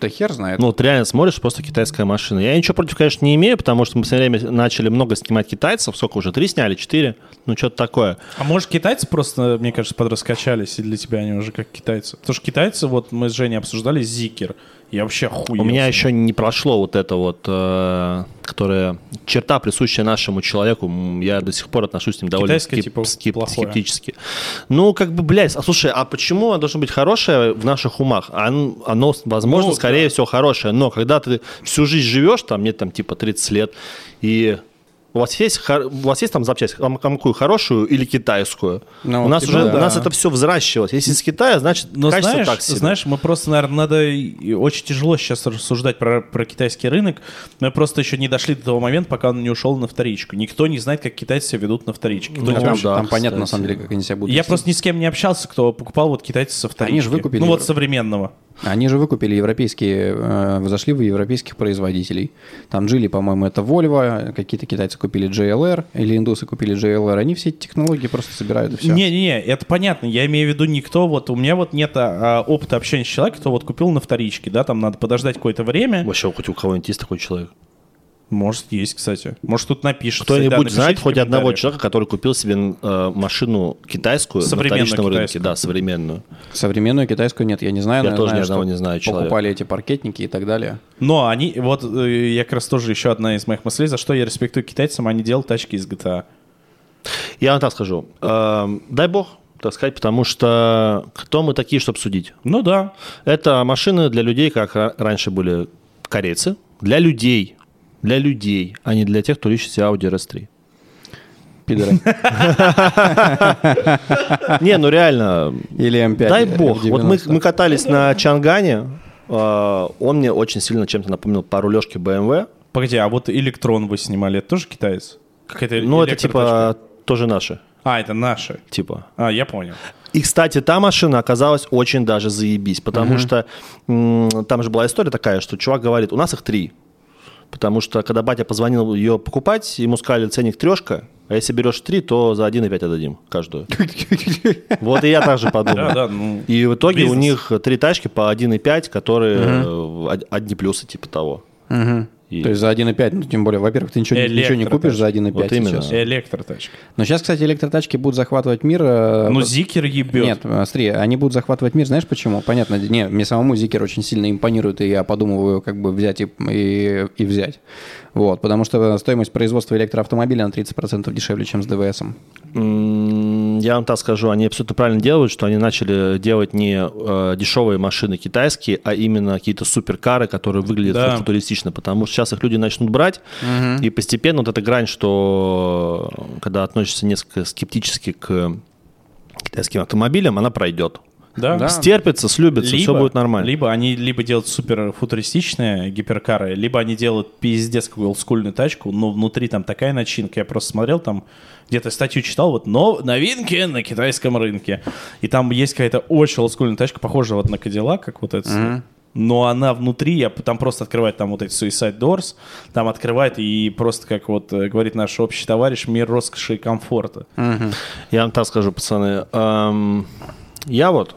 Да хер знает.
Ну, вот реально смотришь, просто китайская машина. Я ничего против, конечно, не имею, потому что мы в последнее время начали много снимать китайцев. Сколько уже? Три сняли, четыре? Ну, что-то такое.
А может, китайцы просто, мне кажется, подраскачались, и для тебя они уже как китайцы? Потому что китайцы, вот мы с Женей обсуждали зикер. Я вообще охуел.
У меня еще не прошло вот это вот, э, которая черта, присущая нашему человеку. М, Я до сих пор отношусь к ним довольно
Китайское,
скеп-
типа,
скеп-
плохое.
скептически. Ну, как бы, блядь, а слушай, а почему оно должно быть хорошее в наших умах? Он- Оно, возможно,
Ну,
скорее всего, хорошее, но когда ты всю жизнь живешь, там, нет, там, типа, 30 лет, и... У вас есть, хор- у вас есть там запчасть, там какую хорошую или китайскую?
Ну,
у нас
типа
уже
да.
у нас это все взращивалось. Если из Китая, значит
Но
качество
знаешь,
так себе.
знаешь, мы просто, наверное, надо... и Очень тяжело сейчас рассуждать про, про китайский рынок. Мы просто еще не дошли до того момента, пока он не ушел на вторичку. Никто не знает, как китайцы себя ведут на вторичке. Кто
Ну,
не
А
да,
там,
да,
там понятно, на
кстати.
самом деле, как они себя будут
Я
вести.
просто ни с кем не общался, кто покупал вот китайцы со вторички.
Они же выкупили
Ну вот
Евро-
современного.
Они же выкупили европейские, э, зашли в европейских производителей. Там Джили, по-моему, это Volvo, какие-то китайцы купили JLR, или индусы купили JLR. Они все эти технологии просто собирают и все.
Не-не-не, это понятно. Я имею в виду никто, вот у меня вот нет а, а, опыта общения с человеком, кто вот купил на вторичке, да, там надо подождать какое-то время.
Вообще, хоть у кого-нибудь есть такой человек?
Может, есть, кстати. Может, тут напишет.
Кто-нибудь
Да,
знает
напишите в
хоть одного
комментариях. человека,
человека, который купил себе э, машину китайскую на
Современную
вторичном рынке?
китайскую.
Да, современную.
Современную китайскую нет, я не знаю.
Я
но
тоже ни
знаю,
одного
что
не знаю человека.
Покупали эти паркетники и так далее.
Но они, вот э, я как раз тоже еще одна из моих мыслей, за что я респектую китайцам, они делают тачки из а. GTA.
Я вам так скажу. Эм, дай бог, так сказать, потому что кто мы такие, чтобы судить?
Ну да.
Это машины для людей, как ра- раньше были корейцы. Для людей. Для людей, а не для тех, кто ищет себе Audi RS3.
Пидоры.
Не, ну реально,
Или М5.
дай
или
бог. Вот мы,
М90.
мы катались на Чангане, э, он мне очень сильно чем-то напомнил пару лёжки BMW.
Погоди, а вот электрон вы снимали, это тоже китаец? Какая-то
Ну, это
электротачка?
типа тоже наши,
А, это наши.
типа.
А, я понял.
И, кстати, та машина оказалась очень даже заебись, потому что м, там же была история такая, что чувак говорит, у нас их три. Потому что, когда батя позвонил ее покупать, ему сказали, ценник трешка, а если берешь три, то за 1,5 отдадим каждую. Вот и я так же подумал.
Да, да, ну,
И в итоге у
бизнес.
них три тачки по 1,5, которые э, од- одни плюсы типа того.
Мгм.
И-
То есть за 1,5, ну тем более, во-первых, ты ничего, не- ничего не купишь за 1,5
Вот именно.
сейчас.
Электротачка.
Но сейчас, кстати, электротачки будут захватывать мир. э,
Ну,
вот-
зикер ебет.
Нет, э, смотри, они будут захватывать мир, знаешь почему? Понятно, не, мне самому Зикер очень сильно импонирует, и я подумываю, как бы взять и, и, и взять. Вот, потому что стоимость производства электроавтомобиля на 30% дешевле, чем с ДВСом.
М, Я вам так скажу, они абсолютно правильно делают, что они начали делать не э, дешевые машины китайские, а именно какие-то суперкары, которые выглядят
Да.
футуристично, потому что сейчас их люди начнут брать, и постепенно вот эта грань, что э, когда относишься несколько скептически к китайским автомобилям, она пройдет.
Да?
Да.
Стерпится, слюбится, все будет нормально.
Либо они либо делают супер футуристичные гиперкары, либо они делают пиздец какую олдскульную тачку, но внутри там такая начинка. Я просто смотрел там, где-то статью читал, вот, но новинки на китайском рынке. И там есть какая-то очень олдскульная тачка, похожая вот на Кадиллак, как вот это. Но она внутри, я п- там просто открывает там вот эти Suicide Doors, там открывает и просто, как вот э, говорит наш общий товарищ, мир роскоши и комфорта.
Я вам так скажу, пацаны. эм, я вот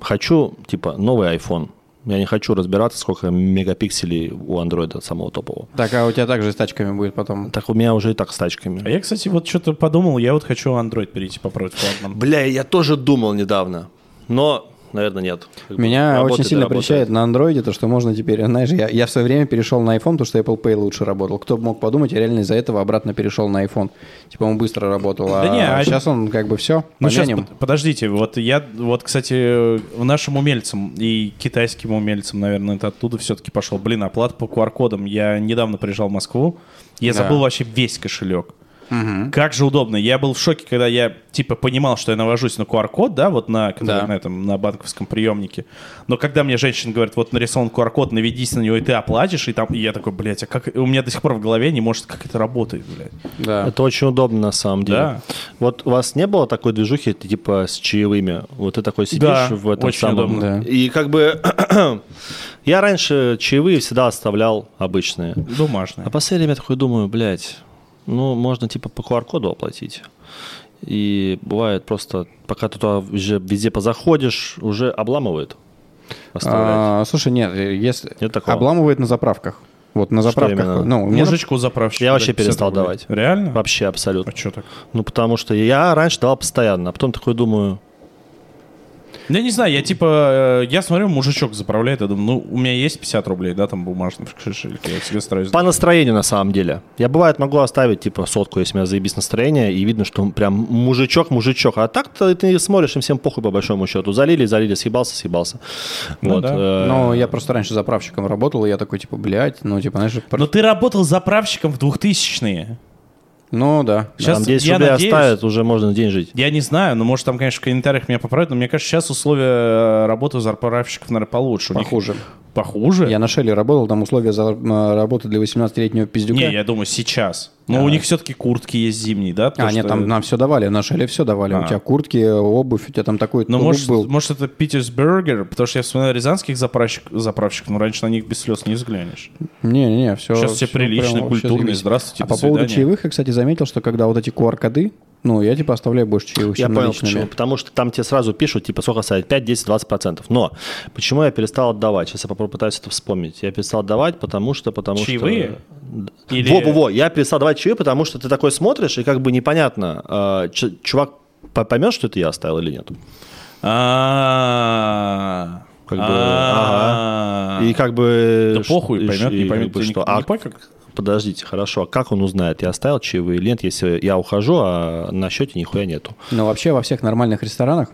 хочу, типа, новый iPhone. Я не хочу разбираться, сколько мегапикселей у андроида самого топового.
Так, а у тебя также с тачками будет потом.
Так у меня уже и так с
А
тачками.
я, кстати, вот что-то подумал, я вот хочу Android перейти попробовать. Ладно.
Бля, я тоже думал недавно, но, наверное, нет. Как бы
Меня
работает
очень
и
сильно
работает.
причает на андроиде то, что можно теперь, знаешь, я, я в свое время перешел на iPhone, потому что Apple Pay лучше работал. Кто бы мог подумать, я реально из-за этого обратно перешел на iPhone. Типа он быстро работал, а,
Да не, а-
сейчас он как бы все,
Ну, сейчас, подождите, вот я, вот, кстати, э, нашим умельцам и китайским умельцам, наверное, это оттуда все-таки пошел. Блин, оплата по QR-кодам. Я недавно приезжал в Москву, я
Да.
забыл вообще весь кошелек. Как же удобно. Я был в шоке, когда я, типа, понимал, что я навожусь на QR-код, да, вот на, который
Да.
на этом, на банковском приемнике. Но когда мне женщина говорит, вот нарисован QR-код, наведись на него, и ты оплатишь, и там, и я такой, блядь, а как, у меня до сих пор в голове не может, как это работает, блядь.
Да.
Это очень удобно на самом деле.
Да.
Вот у вас не было такой движухи, ты, типа с чаевыми. Вот ты такой сидишь
Да,
в этом
очень
самом.
удобно.
Да.
И как бы я раньше чаевые всегда оставлял обычные.
Бумажная.
А в последнее время я такой думаю, блядь, ну, можно типа по QR-коду оплатить. И бывает просто, пока ты туда уже везде позаходишь, уже обламывает. Оставляет.
А, слушай, нет, э, если
Нет такого?
обламывают на заправках. Вот на заправках.
именно?
Ну, у меня на-
Мужичку заправщику.
Я вообще
дать 50
перестал
рублей.
давать.
Реально?
Вообще абсолютно.
А что так?
Ну, потому что я раньше давал постоянно, а потом такой думаю,
Я не знаю, я типа, э, я смотрю, мужичок заправляет, я думаю, ну, у меня есть 50 рублей, да, там бумажный в кошельке, я всегда стараюсь.
по настроению на самом деле. Я бывает могу оставить типа сотку, если у меня заебись настроение, и видно, что прям мужичок, мужичок. А так-то ты смотришь, им всем похуй по большому счету. Залили, залили, съебался, съебался.
Ну
вот.
да.
э,
Ну, я просто раньше заправщиком работал, и я такой, типа, блядь, ну, типа, знаешь, про-
Но ты работал заправщиком в 2000-е.
Ну да.
Сейчас,
там 10
я
рублей
надеюсь-
оставят, уже можно на день жить.
Я не знаю, но может там, конечно, в комментариях меня поправят, но мне кажется, сейчас условия э, работы у зарправщиков, наверное, получше. У них- Э.
Похуже.
Похуже?
Я на Шелле работал, там условия за- м, работы для 18-летнего пиздюка.
Не, я думаю, сейчас. Но у них все-таки куртки есть зимние, да?
А,
Потому
нет,
что-
там нам все давали, на Шелле все давали.
А.
У тебя куртки, обувь, у тебя там такой
Ну,
тулуп
может,
был.
может, это Питерсбергер, потому что я вспоминаю рязанских заправщик- заправщиков, но раньше на них без слез не взглянешь.
Не-не-не, все.
Сейчас все прилично, культурно, здравствуйте,
А
до
по поводу
свидания.
чаевых, я, кстати, заметил, что когда вот эти QR-коды, ну, я типа оставляю больше чаевых,
Я
чем
понял,
наличными.
почему. Потому что там тебе сразу пишут, типа, сколько оставить? 5, 10, 20 процентов. Но почему я перестал отдавать? Сейчас я попробую- пытаюсь это вспомнить. Я перестал отдавать, потому что... Потому
Чаевые?
Что...
Или-
Во-во-во, я перестал отдавать чаевые, потому что ты такой смотришь, и как бы непонятно, э, ч- чувак поймет, что это я оставил или нет.
А,
Как бы, ага. И как бы...
Да
ш-
похуй,
и ш-
поймет, не
и как
поймет,
бы
ты не-
что.
не
А
пой как.
Подождите, хорошо, а как он узнает, я оставил чаевые или нет, если я ухожу, а на счете нихуя нету?
Но вообще во всех нормальных ресторанах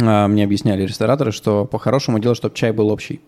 а, мне объясняли рестораторы, что по-хорошему дело, чтобы чай был общий.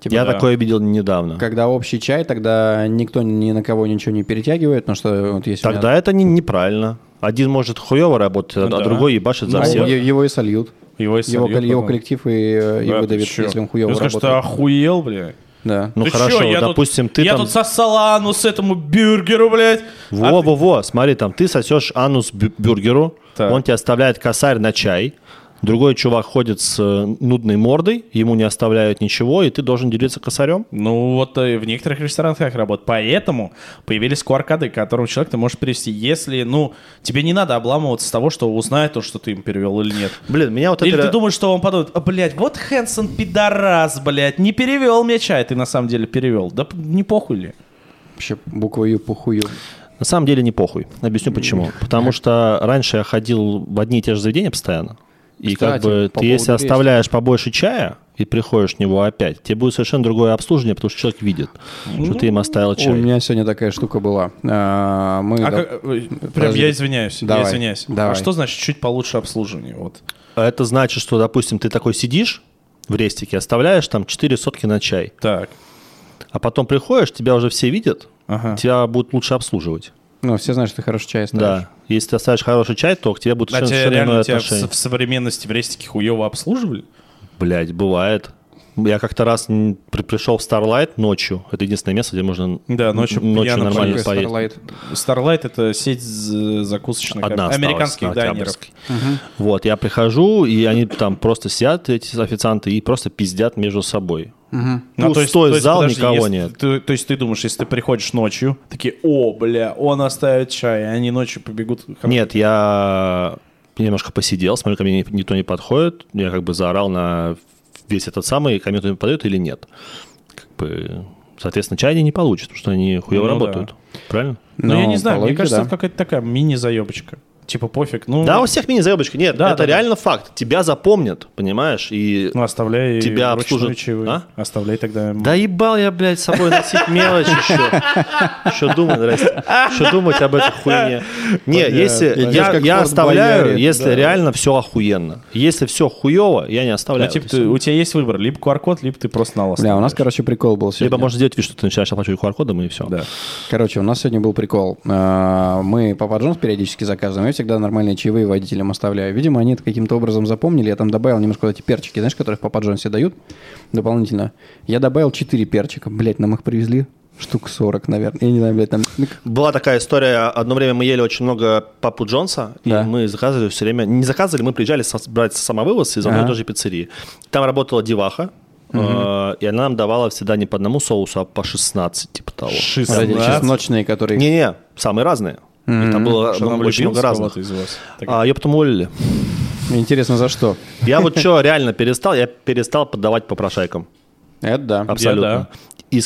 Типа,
я
да.
такое видел недавно.
Когда общий чай, тогда никто ни на кого ничего не перетягивает, потому что вот если у меня-
Тогда это не, неправильно. Один может хуево работать, а-
Ну
а
да.
другой ебашит за
Ну,
всех.
е- его и сольют.
Его,
Его,
и сольют
кол- его
потом.
коллектив и, э, и
Да, ты
выдавит,
чё?
если он
Ну,
хуево
скажешь,
работает.
ты охуел, бля.
Да.
Ну
Ты
хорошо,
чё, я тут-
допустим, ты
Я
там...
тут сосал анус этому бюргеру, блядь. А
Во, во, во, смотри, там ты сосешь анус бю- бюргеру,
Так.
он тебе оставляет косарь на чай, другой чувак ходит с э, нудной мордой, ему не оставляют ничего, и ты должен делиться косарем.
Ну, вот э, в некоторых ресторанах так работает. Поэтому появились QR-коды, к которым человек ты можешь перевести. Если, ну, тебе не надо обламываться с того, что узнает то, что ты им перевел или нет.
Блин, меня вот
Или
это...
ты думаешь, что он подумает, а, блядь, вот Хэнсон пидорас, блядь, не перевел мне чай, ты на самом деле перевел. Да п- не похуй ли?
Вообще буква Ю похую.
На самом деле не похуй. Объясню почему. Потому что раньше я ходил в одни и те же заведения постоянно. И
Кстати,
как бы
по
ты, если
поводу рейса.
оставляешь побольше чая и приходишь в него опять, тебе будет совершенно другое обслуживание, потому что человек видит,
Ну,
что ты им оставил
У
чай.
меня сегодня такая штука была. А, мы
А
да-
как- э, прям
Подожди.
я извиняюсь,
Давай,
я извиняюсь.
давай.
А что значит чуть получше обслуживание? Вот.
А Это значит, что, допустим, ты такой сидишь в рестике, оставляешь там 4 сотки на чай,
Так.
а потом приходишь, тебя уже все видят,
Ага.
тебя будут лучше обслуживать.
Ну, все знают, что ты хорошо чай ставишь.
Да. Если ты оставишь хороший чай, то к тебе будут
А
совершенно,
тебя
совершенно
реально
иное
тебя в,
отношение.
с- в современности в рестике хуево обслуживали?
Блять, бывает. Я как-то раз н- при- пришел в Starlight ночью. Это единственное место, где можно
Да, ночью пьяно
нормально
поесть.
поесть.
Starlight.
Starlight — это сеть з- закусочных
Одна
а-
осталась
американских
на
дайнеров.
Октябрьской. Вот, я прихожу, и они там просто сидят, эти официанты, и просто пиздят между собой. Ну, стой, зал, никого
если
нет.
ты- то есть ты думаешь, если ты приходишь ночью, такие, о, бля, он оставит чай, и они ночью побегут.
Нет, я немножко посидел, смотрю, ко мне ни- никто не подходит. Я как бы заорал на весь этот самый, ко мне кто-нибудь подойдет или нет. Как бы, соответственно, чай они не получат, потому что они хуево
Ну да.
работают. Правильно?
Ну, я
Ну,
не знаю,
по
мне
логике,
кажется,
да.
это какая-то такая мини-заебочка. Типа пофиг, ну,
Да, у всех мини-заебочка. Нет,
Да,
это
да, да.
реально факт. Тебя запомнят, понимаешь? И
ну оставляй
тебя
ручную
обслужат,
чаевую.
а?
Оставляй тогда. ну,
Да ебал я, блядь, с собой носить мелочь еще. Что думать, здрасте. Что думать об этой хуйне. Не, если
Идёшь
я,
как
я
Форт
оставляю,
Боярд,
если реально все охуенно. Если все хуево, я не
Ну,
оставляю.
типа, ты- у тебя есть выбор, либо QR-код, либо ты просто на ласт.
Бля, у нас, короче, прикол был сегодня.
Либо можно сделать вид, что ты начинаешь оплачивать QR-кодом и все.
Да.
Короче, у нас сегодня был прикол. А, Мы Папа Джонс периодически заказываем, я всегда нормальные чаевые водителям оставляю. Видимо, они это каким-то образом запомнили. Я там добавил немножко вот эти перчики, знаешь, которых Папа Джонсе дают дополнительно. Я добавил 4 перчика. Блять, нам их привезли штук 40, наверное. Я не знаю, блядь, там...
Была такая история. Одно время мы ели очень много Папу Джонса,
Да.
и мы заказывали все время. Не заказывали, мы приезжали со- брать самовывоз из одной
Ага.
и той же пиццерии. Там работала деваха, э, и она нам давала всегда не по одному соусу, а по 16, типа того.
Вот эти
16.
чесночные, которые...
Не-не, самые разные. И там было
Что, она
ну, очень много
влюбилась в
разных.
кого-то из вас? Так,
А, ее потом уволили.
Интересно, за что?
Я вот что, реально перестал, я перестал поддавать попрошайкам.
Это
А
да.
Абсолютно.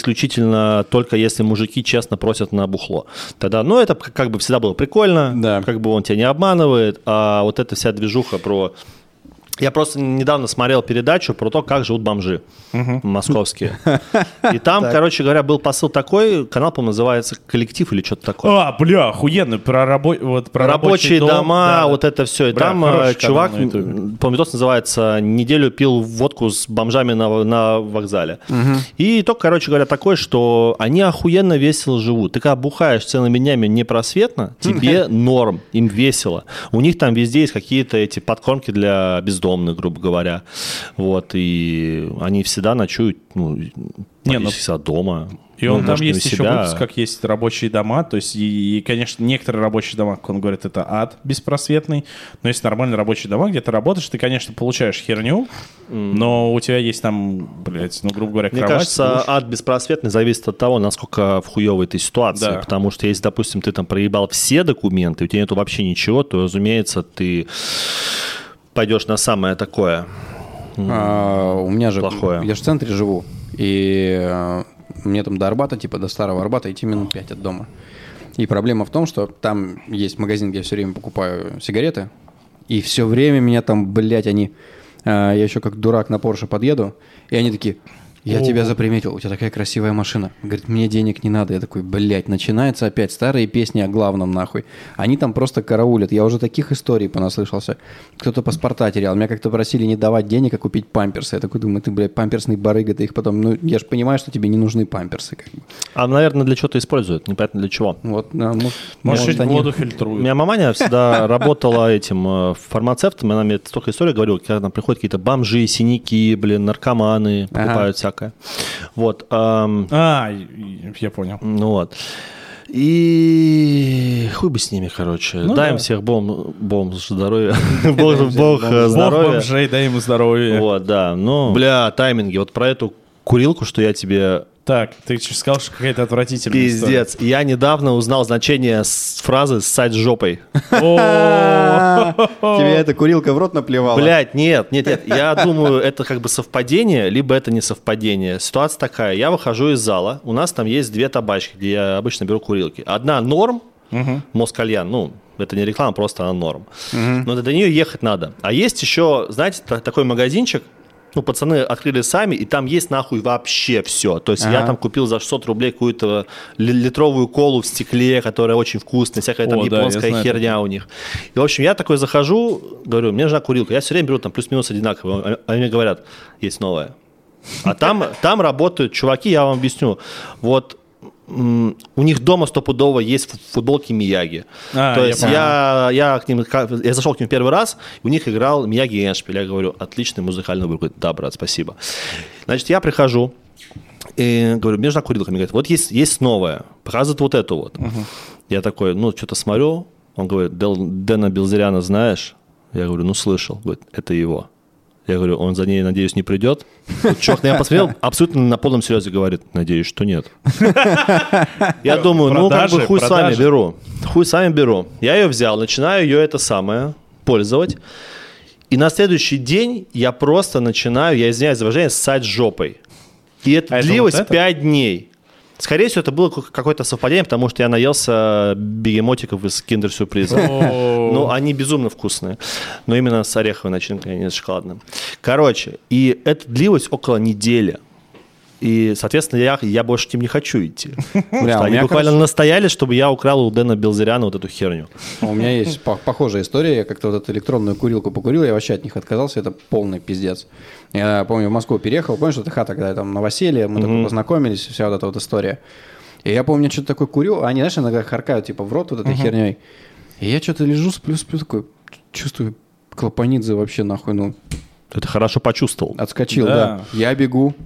Исключительно только если мужики честно просят на бухло. Тогда, ну, это как бы всегда было прикольно,
Да.
как бы он тебя не обманывает, а вот эта вся движуха про Я просто недавно смотрел передачу про то, как живут бомжи московские. И там, короче говоря, был посыл такой, канал, по-моему, называется «Коллектив» или что-то такое.
А, бля, охуенно, про, рабо- вот, про рабочий
Рабочие
дом,
дома,
да.
вот это все. И
Бля,
там
хороший
э,
канал
чувак,
на Ютубе.
м, по видос называется «Неделю пил водку с бомжами на, в- на вокзале». И итог, короче говоря, такой, что они охуенно весело живут. Ты когда бухаешь целыми днями непросветно, тебе норм, им весело. У них там везде есть какие-то эти подкормки для бездомных, грубо говоря. Вот, и они всегда ночуют, ну,
ну,
практически от дома.
И
Ну,
он там
может, не у
есть еще
себя.
выпуск, как есть рабочие дома. То есть, и, и, конечно, некоторые рабочие дома, как он говорит, это ад беспросветный. Но есть нормальные рабочие дома, где ты работаешь, ты, конечно, получаешь херню, но у тебя есть там, блядь, ну, грубо говоря,
Мне
кровать.
кажется, а,
душ.
ад беспросветный зависит от того, насколько в хуевой ты ситуации.
Да.
Потому что если, допустим, ты там проебал все документы, у тебя нету вообще ничего, то, разумеется, ты пойдешь на самое такое.
А, У меня же...
Плохое.
Я же в центре живу. И э, мне там до Арбата, типа до Старого Арбата, идти минут 5 от дома. И проблема в том, что там есть магазин, где я все время покупаю сигареты. И все время меня там, блядь, они... э, Я еще как дурак на Порше подъеду. И они такие... Я тебя заприметил, у тебя такая красивая машина. Говорит, мне денег не надо. Я такой, блядь, начинается опять старые песни о главном нахуй. Они там просто караулят. Я уже таких историй понаслышался. Кто-то паспорта терял. Меня как-то просили не давать денег, а купить памперсы. Я такой думаю, ты, блядь, памперсный барыга, ты их потом... Ну, я же понимаю, что тебе не нужны памперсы. как бы.
А, наверное, для чего-то используют, непонятно для чего.
Вот, да, может,
Может, чуть
может, они-
воду
У
фильтруют.
меня маманя всегда работала этим э, фармацевтом, и она мне столько историй говорила, когда там приходят какие-то бомжи, синяки, блин, наркоманы,
Ага.
покупают всякое. Вот. эм,
А, и- и- я понял.
Ну вот. И хуй бы с ними, короче.
Ну
Дай
да.
им всех бом... бомж здоровья. Бог, бог э,
Бог
здоровья.
бомжей, дай ему здоровье.
Вот, да. Ну, бля, тайминги. Вот про эту курилку, что я тебе...
Так, ты сейчас сказал, что какая-то отвратительная история.
Пиздец. Я недавно узнал значение с- фразы «ссать жопой».
О,
Тебе эта курилка в рот наплевала.
Блять, нет, нет, нет. Я думаю, это как бы совпадение, либо это не совпадение. Ситуация такая. Я выхожу из зала. У нас там есть две табачки, где я обычно беру курилки. Одна норм, москальян, ну, это не реклама, просто она норм. Но до нее ехать надо. А есть еще, знаете, та- такой магазинчик, ну, пацаны открыли сами, и там есть нахуй вообще все. То есть я
Ага.
там купил за 600 рублей какую-то ли- литровую колу в стекле, которая очень вкусная, всякая там
О, да, я
японская
знаю
херня у них. И, в общем, я такой захожу, говорю, мне нужна курилка. Я все время беру там плюс-минус одинаково. Они мне говорят, есть новая. А там, там работают чуваки, я вам объясню. Вот м, у них дома стопудово есть фу- футболки Мияги.
А,
То
я
есть
понял.
я, я, к ним, ка- я зашел к ним первый раз, у них играл Мияги и Эншпиль. Я говорю, отличный музыкальный выбор. Говорит, да, брат, спасибо. Значит, я прихожу, и говорю, мне нужна курилка. Мне говорят, вот есть, есть новая, показывают вот эту вот. Я такой, ну, что-то смотрю. Он говорит, «Дел- Дэна Белзеряна знаешь? Я говорю, ну, слышал. Говорит, это его. Я говорю, он за ней, надеюсь, не придет. Вот Черт, я посмотрел, абсолютно на полном серьезе говорит, надеюсь, что нет. Я думаю, ну, как бы
Продажи,
хуй с вами
продажи.
беру. Хуй с вами беру. Я ее взял, начинаю ее это самое пользовать. И на следующий день я просто начинаю, я извиняюсь за выражение, ссать жопой. И это
А это
длилось
вот это?
5 дней. Скорее всего, это было ка- какое-то совпадение, потому что я наелся бегемотиков из киндер-сюрприза. Ну, они безумно вкусные. Но именно с ореховой начинкой, а не с шоколадным. Короче, и это длилось около недели. И, соответственно, я, я больше к ним не хочу идти. Потому
Бля,
что
у
они
меня,
буквально
короче-
настояли, чтобы я украл у Дэна Белзеряна вот эту херню.
У меня есть по- похожая история. Я как-то вот эту электронную курилку покурил, я вообще от них отказался. Это полный пиздец. Я помню, в Москву переехал. Помнишь, это хата, когда я там новоселье, мы только познакомились, вся вот эта вот история. И я помню, что-то такое курю. а Они, знаешь, иногда харкают, типа, в рот вот этой херней. И я что-то лежу, сплю, сплю, такой, чувствую, клапанидзе вообще нахуй, ну,
Это хорошо почувствовал.
А
Отскочил,
Да.
да. Я бегу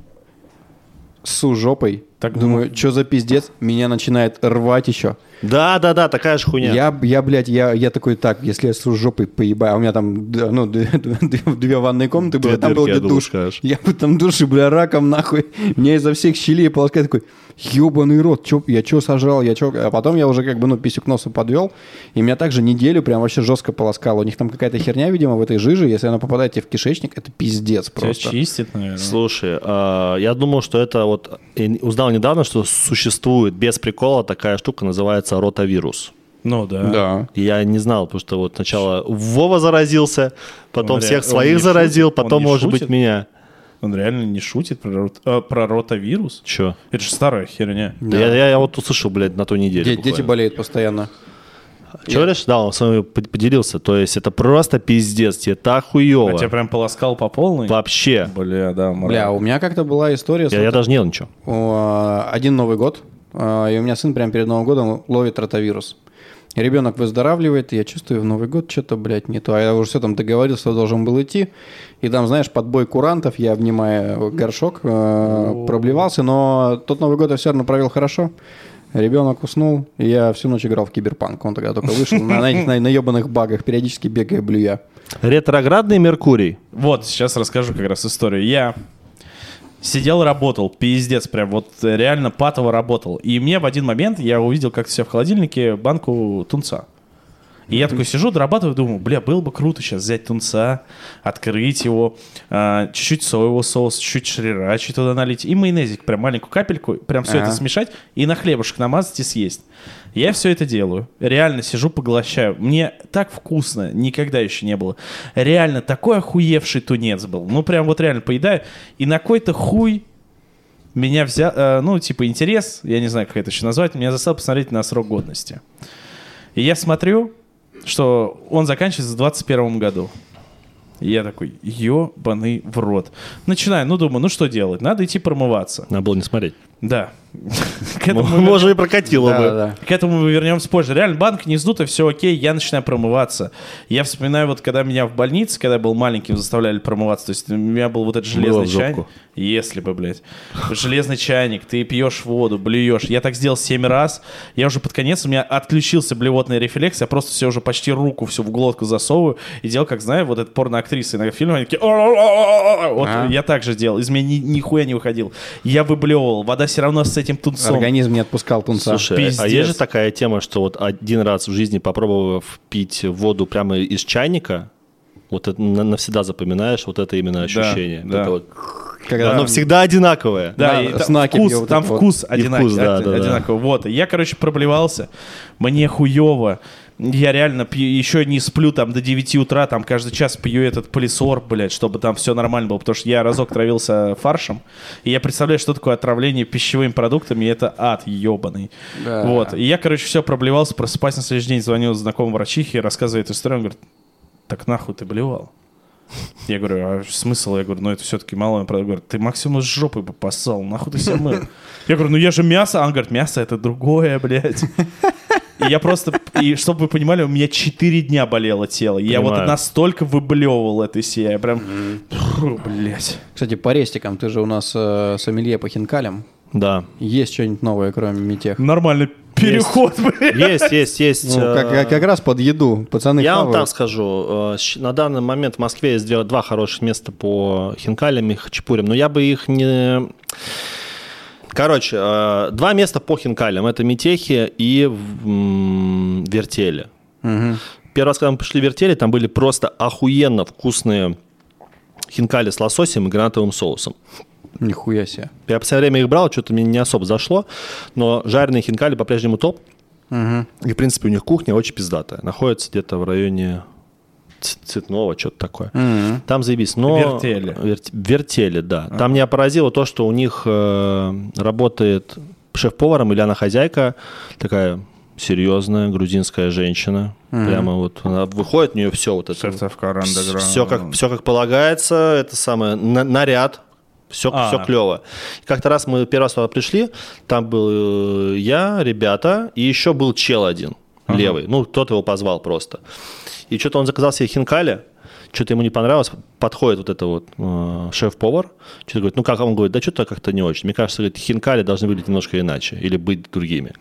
с жопой.
Так,
Так, думаю, что за пиздец? Меня начинает рвать еще.
Да-да-да, такая же хуйня.
Я, я, блядь, я, я такой, так, если я с жопой поебаю, а у меня там, да, ну, д- д- д- две ванные комнаты
Две
было, там
дырки,
был
я
где
думал,
душ.
скажешь.
Я бы там душу, бля, раком, нахуй. Меня изо всех щелей полоскает такой, ебаный рот, чё, я чё сожрал, я чё... А потом я уже как бы, ну, писюк носу подвел, и меня также неделю прям вообще жестко полоскало. У них там какая-то херня, видимо, в этой жиже, если она попадает тебе в кишечник, это пиздец
Тебя
просто.
чистит, наверное.
Слушай, а, я думал, что это вот... я не- Узнал недавно, что существует без прикола такая штука, называется ротавирус.
Ну да.
Да.
Я не знал, потому что вот сначала Вова заразился, потом
Он ре-
всех
он
своих
не
заразил,
шутит? Он
потом,
не
может
шутит?
быть, меня.
Он реально не шутит про, рот- э, про ротавирус?
Че?
Это же старая херня.
Да. Я, я- я вот услышал, блядь, на той неделе.
Де- Дети
буквально.
болеют постоянно.
Че говоришь? Да, он с вами под- поделился. То есть это просто пиздец, тебе так хуево.
А тебя прям полоскал по полной?
Вообще.
Бля, да, мразь.
Бля, у меня как-то была история. с
Я, я даже не ел ничего.
О, один Новый год, а, и у меня сын прямо перед Новым годом ловит ротавирус. И Ребенок выздоравливает, и я чувствую, в Новый год что-то, блядь, не то. А я уже все там договорился, что должен был идти. И там, знаешь, под бой курантов я, обнимая горшок, э, проблевался. Но тот Новый год я все равно провел хорошо. Ребенок уснул, и я всю ночь играл в киберпанк. Он тогда только вышел на на этих наебанных багах, периодически бегая блюя.
Ретроградный Меркурий.
Вот, сейчас расскажу как раз историю. Я сидел, работал, пиздец, прям вот э, реально патово работал. И мне в один момент я увидел, как себя в холодильнике банку тунца. И я такой сижу, дорабатываю, думаю, бля, было бы круто сейчас взять тунца, открыть его, а, чуть-чуть соевого соуса, чуть-чуть шрирачи туда налить и майонезик, прям маленькую капельку, прям все
Ага.
это смешать и на хлебушек намазать и съесть. Я все это делаю. Реально сижу, поглощаю. Мне так вкусно, никогда еще не было. Реально такой охуевший тунец был. Ну, прям вот реально поедаю. И на какой-то хуй меня взял, э, ну, типа интерес, я не знаю, как это еще назвать, меня заставил посмотреть на срок годности. И я смотрю, что он заканчивается в 21 году. И я такой, ебаный в рот. Начинаю, ну, думаю, ну что делать? Надо идти промываться.
Надо было не смотреть.
Да. К этому мы
Может, и прокатило бы.
Да-да-да.
к этому мы вернемся позже. Реально, банк не сдута, все окей, я начинаю промываться. Я вспоминаю, вот когда меня в больнице, когда я был маленьким, заставляли промываться. То есть у меня был вот этот
в
железный
жопку.
чайник. Если бы, блядь. Железный чайник, ты пьешь воду, блюешь. Я так сделал 7 раз. Я уже под конец, у меня отключился блевотный рефлекс. Я просто все уже почти руку всю в глотку засовываю. И делал, как знаю, вот это порно-актрисы. Иногда в фильмах они такие... «О-о-о-о-о-о». Вот
А.
я так же делал. Из меня ни- нихуя не выходил. Я выблевывал. Вода все равно с этим тунцом.
Организм не отпускал тунца.
Слушай, а- а
пиздец.
есть же такая тема, что вот один раз в жизни попробовав пить воду прямо из чайника, вот это на- навсегда запоминаешь вот это именно ощущение. Вот
да.
это вот.
Когда-
Оно всегда одинаковое.
Да,
Да,
и
с
там
наки
вкус,
мне вот
там
это вот.
вкус,
И
одинак-
вкус, да,
од-
да, да.
одинаково. Вот, и я, короче, проблевался, мне хуево. Я реально пью- еще не сплю там до 9 утра, там каждый час пью этот полисор, блядь, чтобы там все нормально было, потому что я разок травился фаршем, и я представляю, что такое отравление пищевыми продуктами, и это ад ебаный.
Да.
Вот, и я, короче, все проблевался, просыпаюсь на следующий день, звонил знакомому врачихе, рассказываю эту историю, он говорит, так нахуй ты блевал? Я говорю, а смысл? Я говорю, ну это все-таки мало. Он говорит, ты максимум с жопы бы поссал, нахуй ты себя мыл? Я говорю, ну я же мясо. А Он говорит, мясо это другое, блядь. И я просто, и чтобы вы понимали, у меня 4 дня болело тело. И Я вот
Понимаю.
настолько выблевывал это из себя. Я прям, Фу, блядь.
Кстати, по рестикам, ты же у нас э, сомелье по хинкалям.
Да.
Есть что-нибудь новое, кроме метех?
Нормальный переход, блядь.
Есть, есть, есть. э,
Ну, как, как- как раз под еду. Пацаны
Я вам так
хавают.
скажу, э, щ- на данный момент в Москве есть две- два хороших места по хинкалям и хачапурям, но я бы их не... Короче, э, два места по хинкалям. Это Метехи и в- м, Вертели.
Мгм.
Первый раз, когда мы пришли в Вертели, там были просто охуенно вкусные хинкали с лососем и гранатовым соусом.
Нихуя себе.
Я в свое время их брал, что-то мне не особо зашло, но жареные хинкали по-прежнему топ.
Мгм.
И, в принципе, у них кухня очень пиздатая. Находится где-то в районе Ц- Цветного, что-то такое.
Мгм.
Там заебись. Но...
Вертели.
Верт- Вертели, да. Там меня поразило то, что у них э, работает шеф-поваром или она хозяйка, такая серьезная грузинская женщина. Прямо вот она выходит, у нее все вот это. Все как, все как полагается, это самое, на- наряд, все,
А.
все клево. Как-то раз мы первый раз туда пришли, там был э, я, ребята, и еще был чел один, левый. Ну, кто-то его позвал просто. И что-то он заказал себе хинкали, что-то ему не понравилось, подходит вот это вот э, шеф-повар, что-то говорит, ну как, А он говорит, да что-то как-то не очень. Мне кажется, говорит, хинкали должны выглядеть немножко иначе или быть другими.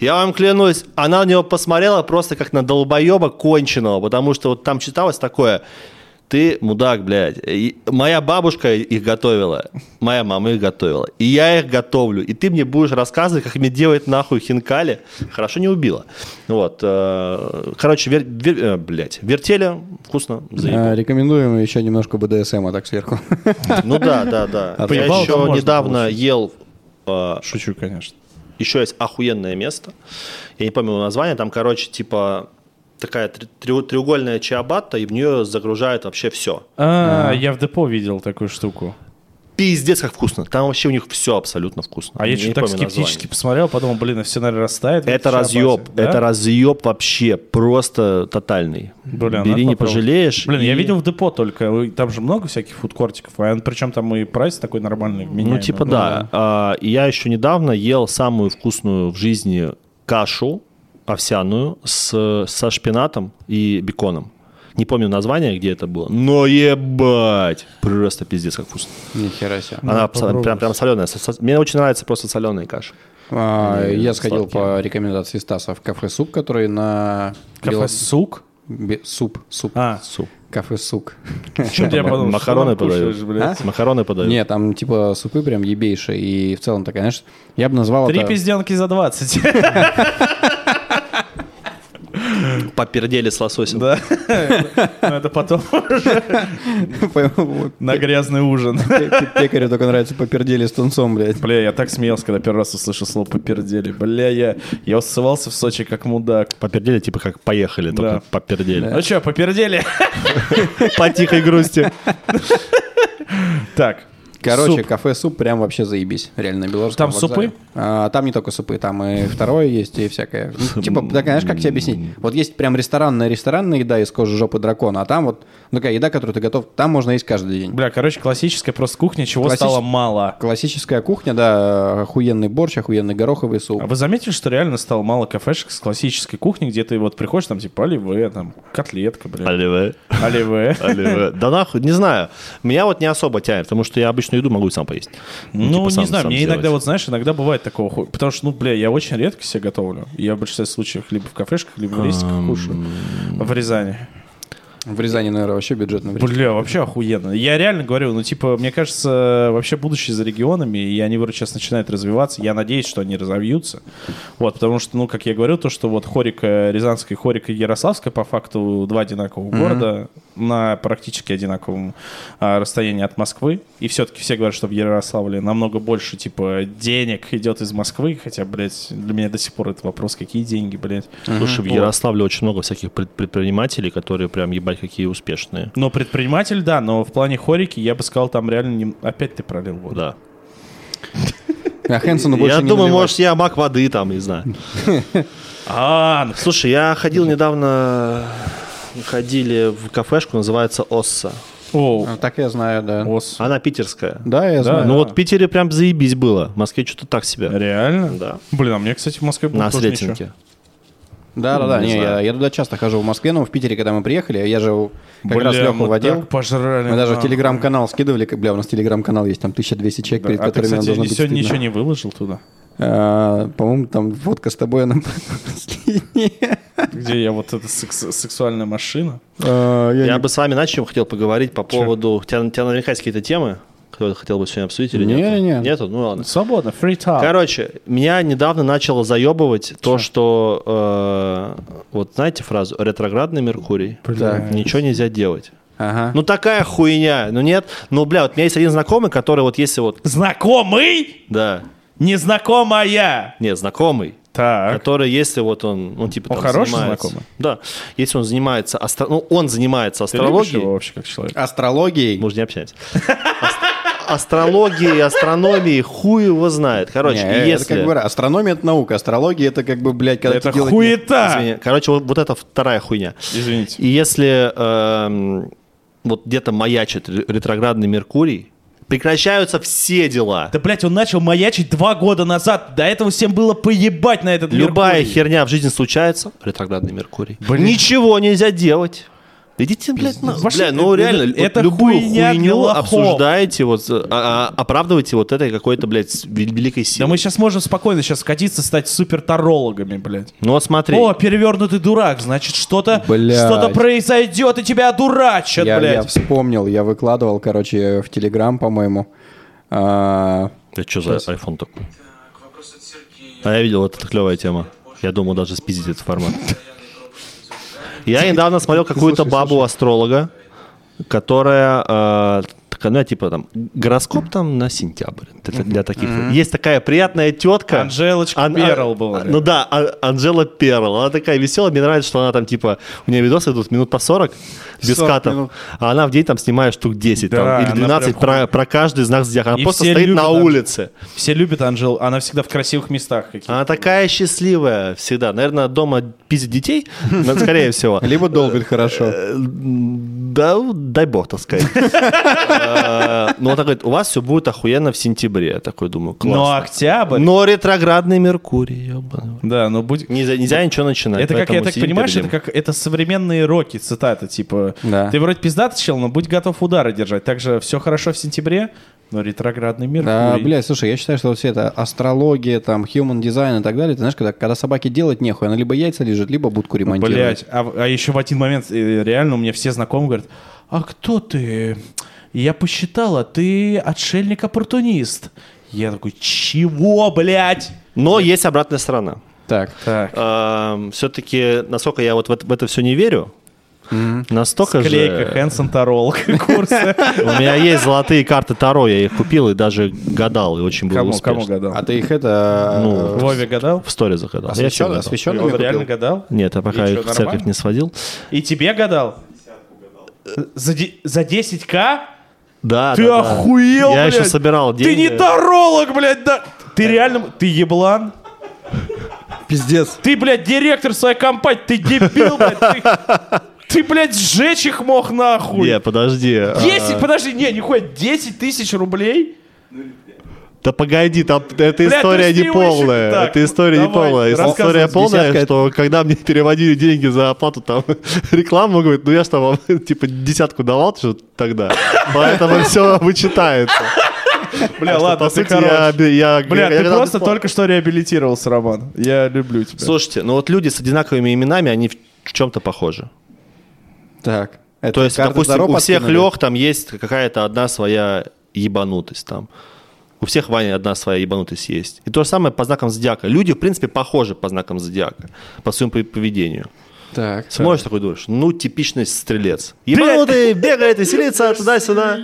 Я вам клянусь, она на него посмотрела просто как на долбоеба конченого, потому что вот там читалось такое, ты мудак, блядь. И моя бабушка их готовила, моя мама их готовила, и я их готовлю, и ты мне будешь рассказывать, как мне делать нахуй хинкали. Хорошо не убила. Вот. э, Короче, вер, вер- э, блядь, вертели, вкусно, заебись.
А, Рекомендуем еще немножко БДСМа так сверху.
Ну да, да, да.
От
Я
ебала
еще
там можно
недавно ел э,
Шучу, конечно.
Еще есть охуенное место. Я не помню его название. Там, короче, типа такая три- треу- треугольная чиабатта, и в нее загружают вообще все.
А, я в депо видел такую штуку.
Пиздец, как вкусно. Там вообще у них все абсолютно вкусно.
А я
что
что-то так скептически посмотрел, подумал, блин, все, наверное, растает. в
Это
этой шабасе,
разъеб,
да?
это разъеб вообще просто тотальный.
Блин, надо
Бери, не
попробовать.
пожалеешь.
Блин, я
И-
видел в депо только. Ой, Там же много всяких фудкортиков. а Причем там и прайс такой нормальный.
Ну,
вменяемый.
типа, да. А, и я еще недавно ел самую вкусную в жизни кашу овсяную с, со шпинатом и беконом. Не помню название, где это было. Но ебать! Просто пиздец, как вкусно.
Нихера себе.
Ну,
Она абсо- прям, прям соленая. Со- со- Мне очень нравится просто соленая каша.
А,
Или
я сходил
сладкие.
по рекомендации Стаса в кафе Суп, который на
Кафе
Бело-
«Сук».
Бе- Суп, суп,
А,
Суп.
кафе Сук.
Чё я
М-
подумал, что
Макароны
ты там
подают.
кушаешь, блядь?
Макароны подают.
Не, там типа супы прям ебейшие и в целом такая, знаешь, я бы назвал
Три
это...
пизденки за 20.
Попердели с лососем.
Да. Ну, Это потом
Пойму,
на грязный ужин.
Пекарю только нравится попердели с тунцом, блядь.
Бля, я так смеялся, когда первый раз услышал слово «попердели». Бля, я, я усывался в Сочи как мудак.
Попердели, типа как поехали,
Да.
только попердели.
Ну чё, попердели?
По тихой грусти.
Так,
Короче,
суп.
кафе Суп прям вообще заебись, реально, на белорусском
Там
вокзале.
супы?
А, там не только супы, там и второе есть, и всякое. Ну, Типа, такая, знаешь, как тебе объяснить? Вот есть прям ресторанная ресторанная еда из кожи жопы дракона, а там вот ну, такая еда, которую ты готов, там можно есть каждый день.
бля, короче, классическая просто кухня, чего
Классическая-
стало мало.
Классическая кухня, да, охуенный борщ, охуенный гороховый суп.
А вы заметили, что реально стало мало кафешек с классической кухни, где ты вот приходишь, там типа оливе, там котлетка, бля,
Оливе.
оливе.
Оливе. Да нахуй, не знаю. Меня вот не особо тянет, потому что я обычную еду могу и сам поесть.
Ну,
типа, сам-
не знаю,
сам
мне
сделать.
иногда, вот знаешь, иногда бывает такого хуя. Потому что, ну, бля, я очень редко себе готовлю. Я в большинстве случаев либо в кафешках, либо в рестиках кушаю. В Рязани.
В Рязани, наверное, вообще бюджетный вариант.
Бля, вообще охуенно. Я реально говорю, ну, типа, мне кажется, вообще будущее за регионами, и они вроде сейчас начинают развиваться. Я надеюсь, что они разовьются. Вот, потому что, ну, как я говорю, то, что вот Хорика, Рязанская, Хорика и Ярославская, по факту, два одинаковых города на практически одинаковом а, расстоянии от Москвы. И все-таки все говорят, что в Ярославле намного больше, типа, денег идет из Москвы. Хотя, блядь, для меня до сих пор это вопрос, какие деньги, блядь.
Слушай, в
Вот.
Ярославле очень много всяких пред- предпринимателей, которые прям ебать какие успешные.
Но предприниматель, да, но в плане хорики, я бы сказал, там реально... не- Опять ты пролил воду.
Да.
А
Ну,
Хэнсону больше
я
не
думаю,
наливать.
может, я маг воды там, не знаю.
А, ну,
Слушай, я ходил недавно, ходили в кафешку, называется Осса.
Оу.
А, Так я знаю, да.
Ос.
Она питерская.
Да, я знаю.
Ну вот в Питере прям заебись было. В Москве что-то так себе.
Реально?
Да.
Блин, а мне, кстати, в Москве было
На
тоже ничего.
Сретенке.
Да, да, да.
Не
Не, я,
знаю.
я туда часто хожу в Москве, но в Питере, когда мы приехали, я же как
Бля,
раз Леху
мы
водил.
так пожрали.
Мы даже в
нахуй.
телеграм-канал скидывали, как, бля, у нас телеграм-канал есть, там 1200 человек,
Да,
перед
а ты,
которыми нам
кстати,
должно быть
сегодня
стыдно.
ничего не выложил туда?
А, По-моему, там фотка с тобой она последняя.
Где я вот эта секс- сексуальная машина?
А, я
Я
не-
бы с вами начал хотел поговорить по поводу... У тебя, у тебя наверняка есть какие-то темы, которые хотел бы сегодня обсудить или
Не,
нет?
не.
Нету? Ну ладно.
Свободно, free talk.
Короче, меня недавно начало заебывать то, что э, вот знаете фразу ретроградный Меркурий.
Так.
Ничего нельзя делать.
Ага.
Ну такая хуйня. Ну нет. Ну, бля, вот у меня есть один знакомый, который вот если вот.
Знакомый?
Да.
Незнакомая!
Нет, знакомый.
Так.
Который, если вот он, ну, типа,
Он
там
хороший
занимается-
знакомый?
Да. Если он занимается астро... Ну, он занимается
Ты любишь
астрологией.
его вообще как человек?
Астрологией?
Ну,
Можно не общаемся. Ас- Астрологией, астрономией, хуй его знает. Короче,
Не,
и
это
если...
как бы астрономия это наука, астрология это как бы, блядь, когда
Это
ты делать-
хуета!
Извини. Короче, вот, вот это вторая хуйня.
Извините.
И если эм, вот где-то маячит ре- ретроградный Меркурий, прекращаются все дела.
Да, блядь, он начал маячить два года назад. До этого всем было поебать на этот
Любая
Меркурий.
херня в жизни случается, ретроградный Меркурий.
Блин.
Ничего нельзя делать. Идите, блядь, на...
Пошли,
Бля, ну
ты-
реально,
ты- это
вот любую
хуйня для
хуйню
лохов.
обсуждаете, вот, э, а- а- оправдываете вот этой какой-то, блядь, с- вел- великой
Да
силой.
мы сейчас можем спокойно сейчас скатиться, стать супертарологами, блядь.
Ну вот смотри,
О, перевернутый дурак, значит, что-то
Блядь.
что-то произойдет, и тебя одурачат,
Я, я
блядь.
вспомнил, я выкладывал, короче, в Телеграм, по-моему. А,
это что за iPhone такой? А я видел, вот это клевая тема. Я думал даже спиздить этот формат. Я недавно смотрел какую-то бабу-астролога, которая э, такая, ну, я типа там, гороскоп там на сентябрь. Это для таких. Есть такая приятная тетка.
Анжелочка
Ан-
Перл
а-
была.
Ну да, а- Анжела Перл. Она такая веселая. Мне нравится, что она там типа... У нее видосы идут минут по 40 без
40
катов.
минут.
А она в день там снимает штук 10
Да,
там, или
она
12
прям
про, про каждый знак зодиака. Она
И
просто
все
стоит
любят
на
Анж-
улице.
Все любят Анжелу, она всегда в красивых местах каких-то.
Она такая счастливая всегда. Наверное, дома пиздит детей, но, скорее всего.
Либо долбит хорошо.
Э, Да, дай бог, так сказать. Э, Ну, он такой, у вас все будет охуенно в сентябре. Я такой думаю,
Но
классно.
Ну,
Ну,
октябрь...
Но ретроградный Меркурий, ёбаный.
Да, но будет...
Нельзя, нельзя ничего начинать.
Ну, Это как, я
поэтому
так
сидим,
понимаешь, это
пердим.
как это современные роки, цитата, типа,
Да.
ты вроде пиздатый чел, но будь готов удары держать. Также все хорошо в сентябре, но ретроградный мир.
Да, блядь, слушай, я считаю, что вот все это астрология, там, human design и так далее, ты знаешь, когда, когда собаке делать нехуй, она либо яйца лежит, либо будку ремонтирует.
Блять, а, в- а еще в один момент э, реально у меня все знакомые говорят, а кто ты? Я посчитала, ты отшельник-оппортунист. Я такой, чего, блядь?
Но есть обратная сторона.
Так.
Так,
Все-таки, насколько я вот в это, в это все не верю, настолько
клейка,
же...
Хэнсон Тарол, курсы.
У меня есть золотые карты Таро, я их купил и даже гадал, и очень был
Кому,
успешен.
кому гадал?
А ты их это...
Ну,
э,
Вове гадал?
В сторе загадал. Я всё
освещен-
гадал.
освещенными
Он
купил?
реально гадал?
Нет, я пока
И
их
чё,
в церковь
нормально?
не сводил.
И тебе гадал? За, де- за 10к?
Да,
Ты
да, да.
охуел,
Я
блядь!
еще собирал
Ты
деньги.
не таролог, блядь, да! Ты реально... Ты еблан?
Пиздец.
Ты, блядь, директор своей компании, ты дебил, блядь, ты... Ты, блядь, сжечь их мог нахуй.
Не, подожди. а,
10, подожди, не, нихуя, 10 тысяч рублей?
Да погоди, там эта
Бля,
история
ты
не полная.
так,
Эта история не
давай,
полная. Если
рассказывай.
История полная,
Десятка
что когда мне переводили деньги за оплату там рекламу, говорит, ну я же там вам типа десятку давал что тогда. Поэтому все вычитается.
Бля, ладно,
По
ты
сути, я,
короче.
бе- я,
Бля,
я
ты
когда-
просто только что реабилитировался, Роман. Я люблю тебя.
Слушайте, ну вот люди с одинаковыми именами, они в чем-то похожи.
Так. Это
То есть,
карты
допустим,
Таро
у всех
подкинули?
Лех там есть какая-то одна своя ебанутость там. У всех Ваня одна своя ебанутость есть. И то же самое по знакам зодиака. Люди, в принципе, похожи по знакам зодиака, по своему пов- поведению.
Так.
Смотришь такой думаешь, ну, типичный стрелец. Ебанутый, бегает, веселится туда-сюда.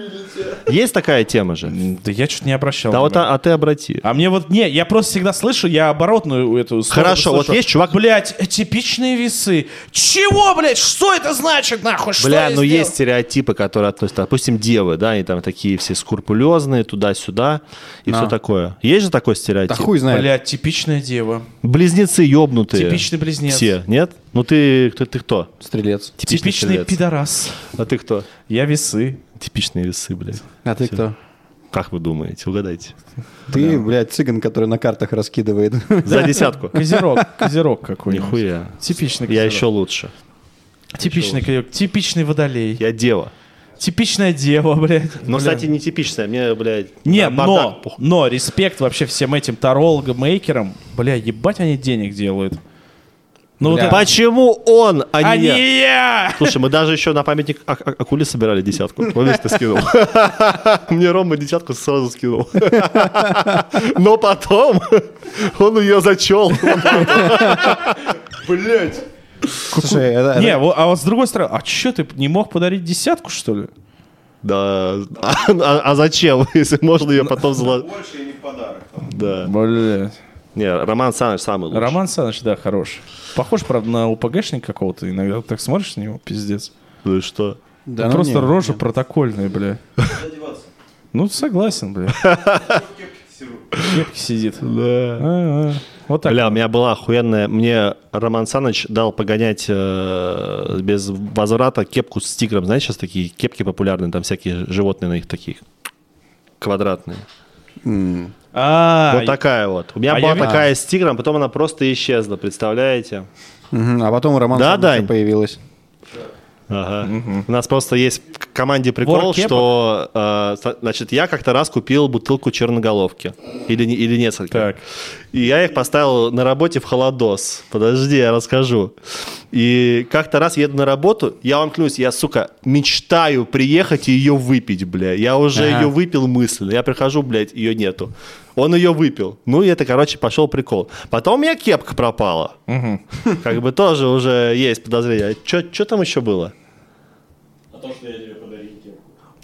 Есть такая тема же.
Да я что-то не обращал.
Да вот,
внимания.
а, а ты обрати.
А мне вот, не, я просто всегда слышу, я оборотную эту сторону
Хорошо, вот
слышу.
есть чувак-
Блядь, э, типичные весы. Чего, блядь, что это значит, нахуй? Что
Бля,
я
ну
сделал?
есть стереотипы, которые относятся, допустим, девы, да, они там такие все скрупулезные, туда-сюда и все такое. Есть же такой стереотип?
Да хуй знает.
Блядь, типичная дева.
Близнецы ёбнутые.
Типичный близнец.
Все, нет? Ну ты, кто, ты кто?
Стрелец.
Типичный
стрелец.
пидорас.
А ты кто?
Я весы.
Типичные весы, блядь.
А ты
Всё.
кто?
Как вы думаете? Угадайте.
Ты, блядь, цыган, который на картах раскидывает.
За десятку.
Козерог. Козерог какой-нибудь.
Нихуя.
Типичный
Я
козерог.
еще лучше.
А Типичный козерог. Типичный водолей.
Я дева.
Типичная дева, блядь.
Но,
Бля.
Ну, кстати, не типичная. Мне, блядь,
Не,
на бардак
но,
пох-
но респект вообще всем этим тарологам, мейкерам. Бля, ебать они денег делают.
Бля.
Ну вот это-
Почему он, а не
А
я?
не я!
Слушай, мы даже еще на памятник ак- ак- акуле собирали десятку. Помнишь, ты скинул? Мне Рома десятку сразу скинул. Но потом он ее зачел. Блять.
Слушай, это- это-
Не, во- а вот с другой стороны, а чё ты не мог подарить десятку, что ли?
Да. А, а- а зачем, если можно ее потом зла... Больше не подарок. Да.
Блять.
Не, Роман Саныч самый лучший.
Роман Саныч, да, хорош. Похож, правда, на УПГшника какого-то. Иногда так смотришь на него, пиздец.
Ну и что?
Да ну
Просто
не.
рожа протокольная, бля. Ну, согласен, бля. Кепки сидит.
Да.
А, а. Вот так.
Бля, у меня была охуенная... Мне Роман Саныч дал погонять э, без возврата кепку с тигром. Знаешь, сейчас такие кепки популярные, там всякие животные на них такие квадратные.
А,
вот такая вот. У меня
а я
была
видел.
такая с тигром, потом она просто исчезла, представляете?
Мгм, А потом у Романа
Да,
Саныча
Дань?
появилась.
Ага. У нас просто есть в команде прикол,
Вор кепок?
что э, со- значит я как-то раз купил бутылку черноголовки или не- или несколько.
Так.
И я их поставил на работе в холодос. Подожди, я расскажу. И как-то раз еду на работу, я вам клянусь, я, сука, мечтаю приехать и ее выпить, бля. Я уже
Ага.
ее выпил мысленно. Я прихожу, блядь, ее нету. Он ее выпил. Ну и это, короче, пошел прикол. Потом у меня кепка пропала. Как бы тоже А уже есть подозрение. Что там еще было?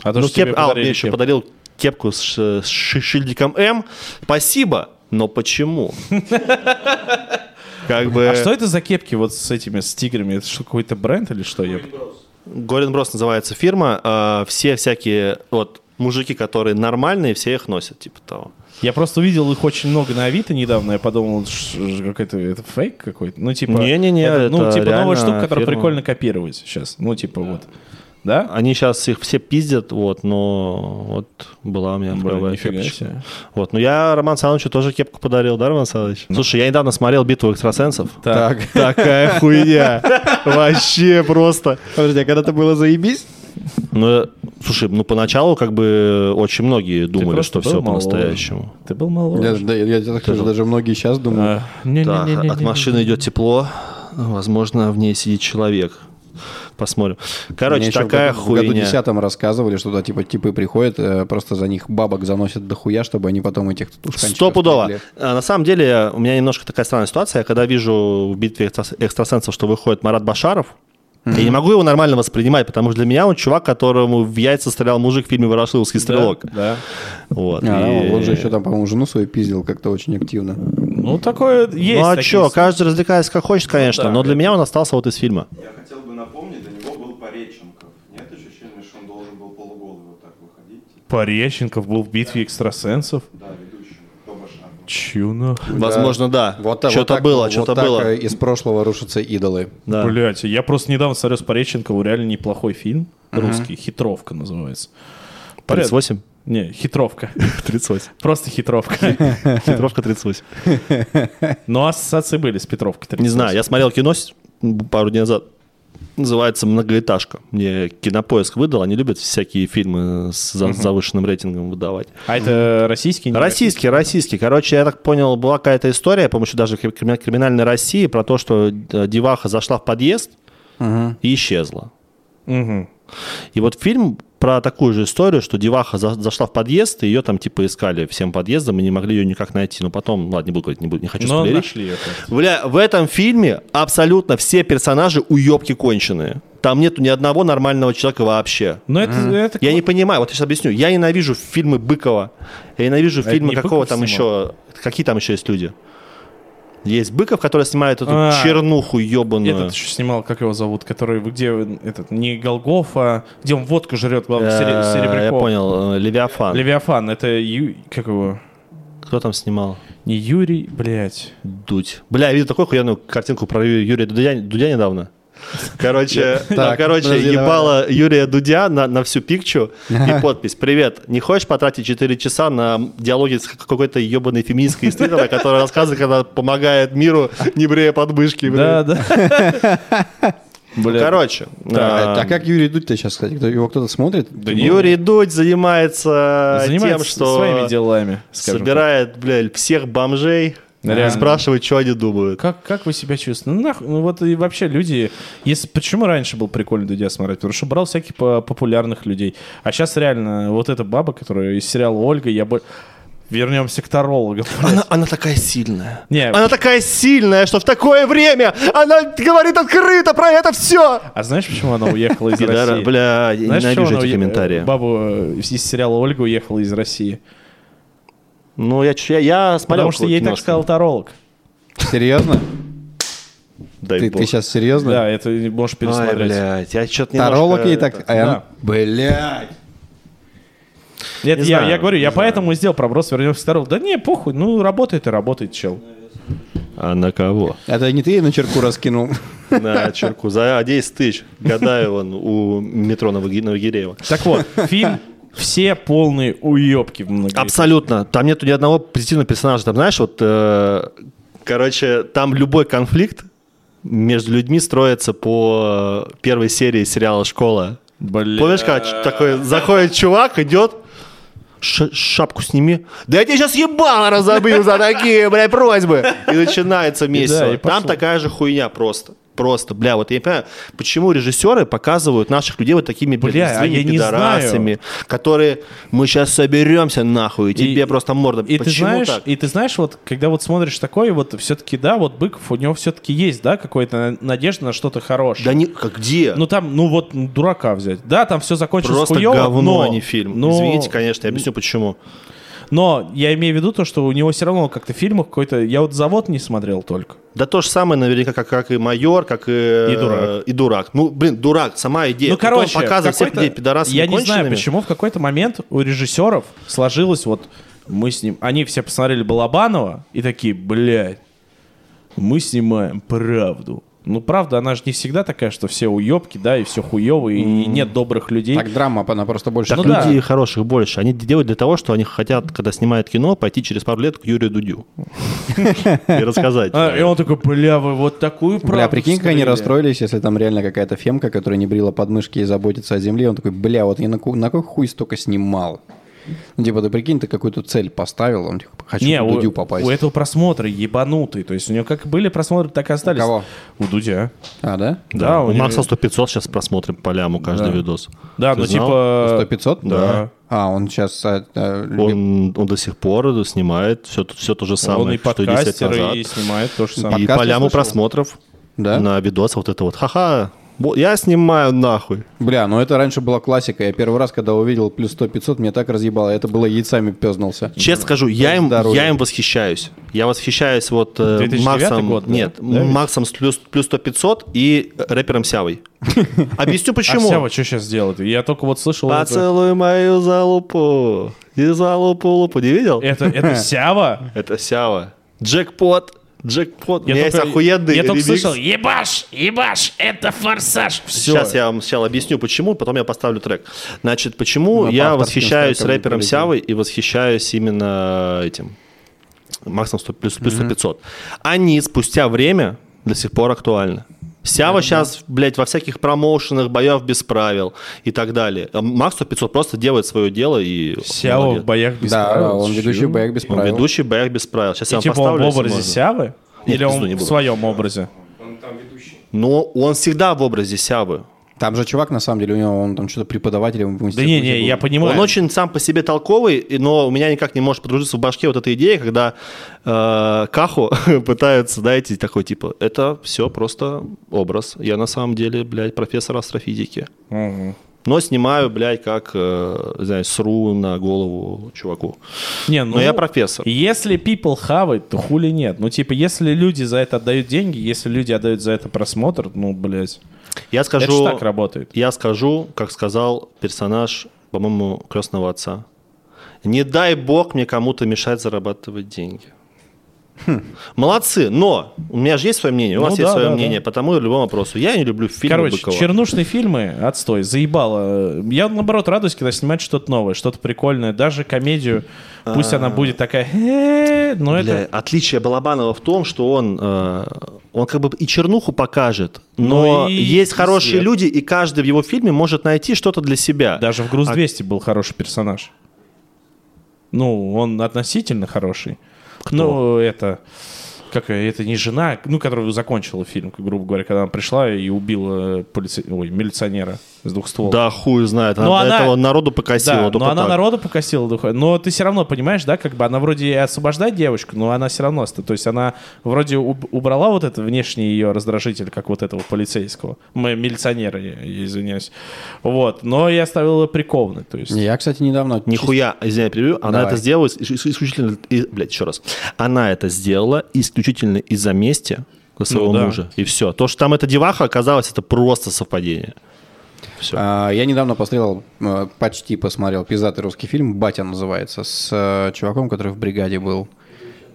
А то,
Ну,
что тебе
кеп- А,
подарили
мне еще
кепку.
подарил кепку с, ш- с ши- шильдиком М. Спасибо, но почему? Как бы...
А что это за кепки вот с этими стикерами? Это что, какой-то бренд или что? Я...
Golden Bros называется фирма. а, Все всякие вот мужики, которые нормальные, все их носят, типа того.
я просто увидел их очень много на Авито недавно. Я подумал, ш- как это, это фейк какой-то. Ну, типа...
Не-не-не,
это, Ну,
это
типа
реально
новая штука, которую
фирма.
прикольно копировать сейчас. Ну, типа вот. Да?
Они сейчас их все пиздят, вот, но вот была у меня
Блин,
вторая
нифига
кепочка.
себе.
Вот, ну я Роман Санычу тоже кепку подарил, да, Роман Саныч?
Ну.
Слушай, я недавно смотрел «Битву экстрасенсов».
Так.
Такая хуйня. Вообще просто.
Подожди, а когда-то было заебись?
Ну, э, слушай, ну поначалу как бы очень многие думали, что
просто был
все
малой.
по-наскажу,
Ты был мало.
Я, да, я тебе так скажу, даже многие сейчас думают.
Да, от машины идет тепло, возможно, в ней сидит человек. Посмотрим. Короче,
Мне еще в
такая
году- В году
хуйня.
десятом рассказывали, что туда типа типы приходят, э, просто за них бабок заносят дохуя, чтобы они потом этих тушканчиков...
Стопудово.
стригли.
А, На самом деле, у меня немножко такая странная ситуация. Я когда вижу в битве экстрас- экстрасенсов, что выходит Марат Башаров, я не могу его нормально воспринимать, потому что для меня он чувак, которому в яйца стрелял мужик в фильме «Ворошиловский стрелок».
Да.
Вот.
А,
И-
он же еще там, по-моему, жену свою пиздил как-то очень активно.
Ну, такое есть.
Ну а
такие
что,
истории.
каждый развлекается как хочет, конечно,
да,
но для меня он остался вот из фильма.
Я хотел бы напомнить, до него был Пореченков. Нет ощущения, что он должен был полуголый вот так выходить?
Пореченков был в битве экстрасенсов.
Да, ведущий. Тоба Шарма.
Чё нахуй?
Возможно, да.
Вот так-
что-то
вот так-
было,
вот
что-то
так,
было.
э, из прошлого рушатся идолы.
Да.
Блять, я просто недавно смотрел с Пореченковым реально неплохой фильм русский. Хитровка называется. Порядок.
38?
Не, хитровка.
38.
Просто хитровка.
Хитровка 38.
Но ассоциации были с Петровкой. 38.
Не знаю, я смотрел кино с- пару дней назад. Называется «Многоэтажка». Мне кинопоиск выдал. Они любят всякие фильмы с за- завышенным рейтингом выдавать.
А это российский? не
Российский, российский. Короче, я так понял, была какая-то история, по еще даже крим- криминальной России, про то, что э, деваха зашла в подъезд и исчезла.
Мгм.
И вот фильм про такую же историю, что деваха за- зашла в подъезд, и ее там типа искали всем подъездом и не могли ее никак найти. Но потом, ладно, не буду говорить, не, буду, не хочу
Но
спойлерить.
нашли это.
Бля, в этом фильме абсолютно все персонажи уебки конченые. Там нету ни одного нормального человека вообще.
Но это, это
Я не понимаю, вот я сейчас объясню. Я ненавижу фильмы Быкова. Я ненавижу
А это
фильмы
не
какого
Быков
там еще... Какие там еще есть люди? Есть Быков, который снимает эту
А,
чернуху ебаную.
Этот еще снимал, как его зовут, который, где этот, не Голгоф, а где он водку жрет, главный сере- Серебряков.
Э, Я понял, э, Левиафан.
Левиафан, это Ю... как его?
Кто там снимал?
Не Юрий, блять.
Дудь. Бля, я видел такую хуяную картинку про Ю- Юрия Дудя, Дудя недавно. Короче, там,
Так,
короче,
подожди, давай,
ебало Юрия Дудя на, на всю пикчу и подпись. Привет, не хочешь потратить 4 часа на диалоги с какой-то ебаной феминисткой из Твиттера, которая рассказывает, когда помогает миру, не брея подмышки,
Да,
бля.
да.
Ну, Короче,
А,
а,
а как Юрий Дудь-то сейчас, кстати? Кто- его кто-то смотрит?
Юрий Дудь занимается
Занимается
тем, что
своими делами, скажем так.
собирает, бля, всех бомжей,
Реально.
спрашивает, что они думают.
Как, как вы себя чувствуете? Ну, нахуй, ну вот и вообще люди... Если, почему раньше был прикольно Дудя смотреть? Потому что брал всяких по- популярных людей. А сейчас реально вот эта баба, которая из сериала «Ольга», я бы... Вернемся к тарологам.
Она, она такая сильная.
Не.
Она такая сильная, что в такое время она говорит открыто про это все.
А знаешь, почему она уехала из России?
бля, я
Знаешь, почему
ненавижу
она
эти
уе-
комментарии.
Бабу э, из из сериала «Ольга» уехала из России.
Ну, я, чё- я, я смотрел
Потому что
какое-то
ей так
киношко.
сказал таролог.
Серьезно?
Дай
Ты,
бог.
сейчас серьезно?
Да, это не можешь
Ай,
пересмотреть.
блядь, я что-то немножко...
Таролог ей так...
это-
а я-
да.
Блядь!
Нет,
Не
я,
знаю,
я говорю, я поэтому и сделал проброс, вернемся к тарологу. Да не, похуй, ну работает и работает, чел.
А на кого?
Это не ты ей на черку раскинул?
На черку. За 10 тысяч. Гадаю он у метро Новоги- Новогиреева.
Так вот, фильм все полные уебки в многие.
Абсолютно. Там нету ни одного позитивного персонажа. Там, знаешь, вот, э, короче, там любой конфликт между людьми строится по первой серии сериала «Школа».
Бля.
Помнишь, когда ч- такой заходит чувак, идет, «Ш- шапку сними. Да я тебе сейчас ебало разобью за такие, блядь, просьбы. И начинается месяц.
да, и
Там
пошло.
такая же хуйня просто. Просто, бля, вот я не понимаю, почему режиссеры показывают наших людей вот такими, блядь,
Бля, а
злыми
я не
пидорасами, которые мы сейчас соберемся нахуй, и тебе просто морда.
И ты
почему
знаешь,
так?
и ты знаешь, вот когда вот смотришь такой, вот все-таки, да, вот Быков, у него все-таки есть, да, какая-то надежда на что-то хорошее.
Да не, как где?
Ну там, ну вот ну, дурака взять. Да, там все закончилось
Просто
хуёво,
говно,
но... ну
а не фильм.
но-
Извините, конечно, я объясню, почему.
Но я имею в виду то, что у него все равно как-то в фильмах какой-то... Я вот «Завод» не смотрел только.
Да то же самое наверняка, как, как и майор, как и,
И «Дурак».
и дурак. Ну, блин, дурак, сама идея.
ну,
Тут он
короче,
показывает всех
какой-то-
людей пидорасами
Я не знаю,
конченными.
почему в какой-то момент у режиссеров сложилось вот... Мы с ним... Они все посмотрели Балабанова и такие, блядь, мы снимаем правду. Ну, правда, она же не всегда такая, что все уебки, да, и все хуево, и, и нет добрых людей.
Так драма, она просто больше.
Так,
Ну,
ну да.
Людей хороших больше. Они делают для того, что они хотят, когда снимают кино, пойти через пару лет к Юрию Дудю. И рассказать.
А, и он такой, бля, вы вот такую правду
Бля, прикинь, как они
вскрыли».
расстроились, если там реально какая-то фемка, которая не брила подмышки и заботится о земле. Он такой, бля, вот я на, ку- на какой хуй столько снимал? Ну, типа, ты прикинь, ты какую-то цель поставил, он типа, хочу
Не,
в Дудю
у,
попасть.
у этого просмотры ебанутые. То есть у него как были просмотры, так и остались.
кого?
У Дудя.
А, да?
Да, у
него-
Макса 100-500 сейчас просмотрим по ляму каждый видос.
Да,
Ты
ну
знал?
типа...
100-500?
Да.
А, он сейчас...
Он, он до сих пор снимает все, все то же самое,
Он и
что и 10 лет
подкастер,
назад.
и снимает то же самое.
И
Подкаст
по
я
ляму
слышал.
просмотров
Да?
на видосах вот это вот. Ха-ха, бо- я снимаю нахуй.
Бля, ну это раньше была классика. Я первый раз, когда увидел плюс 100-500, меня так разъебало. Это было яйцами пёзнулся.
Честно скажу, я им,
здоровье.
я им восхищаюсь. Я восхищаюсь вот э,
2009
Максом,
год, да?
нет,
Да ведь?
Максом с плюс, плюс 100-500 и э, рэпером Сявой. Объясню почему.
А Сява что сейчас делает? Я только вот слышал... это-
Поцелуй мою залупу. И залупу лупу. Не видел?
Это, это Сява?
Это Сява. Джекпот. Джекпот. У меня есть
только-
охуенный
Я только
ремикс.
слышал, ебаш, ебаш, это форсаж. Все.
Сейчас я вам сначала объясню, почему, потом я поставлю трек. Значит, почему
Ну,
я
по авторским
восхищаюсь
строкам
рэпером
будет
Сявой и восхищаюсь именно этим Максом 100, плюс, плюс 500. Они спустя время до сих пор актуальны. Сява сейчас, блядь, во всяких промоушенах, боев без правил и так далее. А Макс 500 просто делает свое дело и...
Сява
молодец.
в боях без
да,
правил.
он ведущий
Чё?
в боях без
Он
правил.
ведущий в боях без правил. Сейчас я
И
вам
типа он
поставлю,
в
если
образе
можно.
Сявы? Или
пизду
он
не
в
буду.
своем образе?
Он там ведущий.
Но он всегда в образе Сявы.
Там же чувак, на самом деле, у него он там что-то преподавателем в
Да
институте
не, не,
был.
я понимаю.
Он очень сам по себе толковый, и- но у меня никак не может подружиться в башке вот эта идея, когда э, Каху пытаются, знаете, такой типа, это все просто образ. Я на самом деле, блядь, профессор астрофизики.
Мгм.
Но снимаю, блядь, как, э, не знаю, сру на голову чуваку.
Не, ну,
Но я профессор.
Если people хавает, то хули нет. Ну, типа, если люди за это отдают деньги, если люди отдают за это просмотр, ну, блядь.
Я
Это же
скажу,
так работает.
я скажу, как сказал персонаж, по-моему, крестного отца. Не дай бог мне кому-то мешать зарабатывать деньги. Молодцы, но у меня же есть свое мнение, у
Хм. Ну
вас
да,
есть свое
да,
мнение,
да.
потому и любому вопросу. Я не люблю фильмы
Короче,
Быкова.
чернушные фильмы, отстой, заебало. Я, наоборот, радуюсь, когда снимают что-то новое, что-то прикольное, даже комедию. Пусть она будет такая, «Э-э-э», но
А. Бля,
ну, это...
Отличие Балабанова в том, что он, э, он как бы и чернуху покажет, но
Ну и
есть
пиздец.
хорошие люди, и каждый в его фильме может найти что-то для себя.
Даже в «Груз
А-
200» был хороший персонаж. Ну, он относительно хороший. Ну, это... Как ее, это не жена, ну, которая закончила фильм, грубо говоря, когда она пришла и убила полице... Ой, милиционера с двух стволов.
Да хуй знает,
Но
она,
Ну, она-
этого народу покосила.
Да,
только
но она
так.
народу покосила духа. Но ты все равно понимаешь, да, как бы она вроде и освобождает девочку, но она все равно... оста- То есть она вроде уб- убрала вот этот внешний ее раздражитель, как вот этого полицейского. Мы милиционера, я- я извиняюсь. Вот. Но и оставила ее прикованной. То есть...
Я, кстати, недавно...
Нихуя, извиняюсь, перебью. Она
Давай.
это сделала ис- ис- исключительно... и- блядь, еще раз. Она это сделала исключительно из-за мести за своего
да.
мужа. И все. То, что там эта деваха оказалась, это просто совпадение. Все.
А, Я недавно посмотрел, э, почти посмотрел пиздатый русский фильм «Батя» называется, с э, чуваком, который в бригаде был.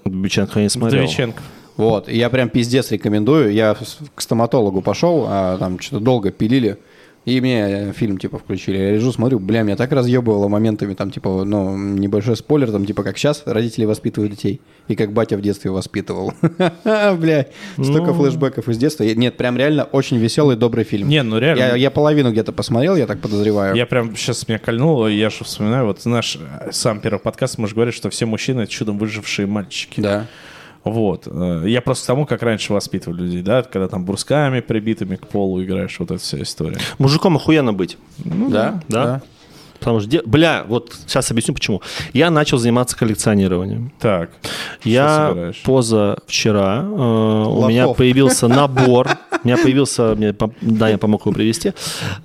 Биченко я не смотрел.
Вдовиченко.
Вот, и я прям пиздец рекомендую. Я с- к стоматологу пошел, а там что-то долго пилили, и мне э, фильм, типа, включили. Я лежу, смотрю, бля, меня так разъебывало моментами, там, типа, ну, небольшой спойлер, там, типа, как сейчас родители воспитывают детей, и как батя в детстве воспитывал. Бля, столько флешбеков из детства. И- Нет, прям реально очень веселый, добрый фильм.
Не, ну реально.
Я, я половину где-то посмотрел, я так подозреваю.
Я прям сейчас меня кольнуло, я же вспоминаю, вот наш э, сам первый подкаст, мы же говорили, что все мужчины — чудом выжившие мальчики.
Да.
Вот. Э, Я просто к тому, как раньше воспитывали людей, да, когда там брусками прибитыми к полу играешь, вот эта вся история.
Мужиком охуенно быть.
да,
да. Потому что, де- бля, вот сейчас объясню почему. Я начал заниматься коллекционированием.
Так. Что
Я
собираешь?
позавчера, э, у меня
Лотов.
появился набор, у меня появился, мне пом- да, я помог его привести,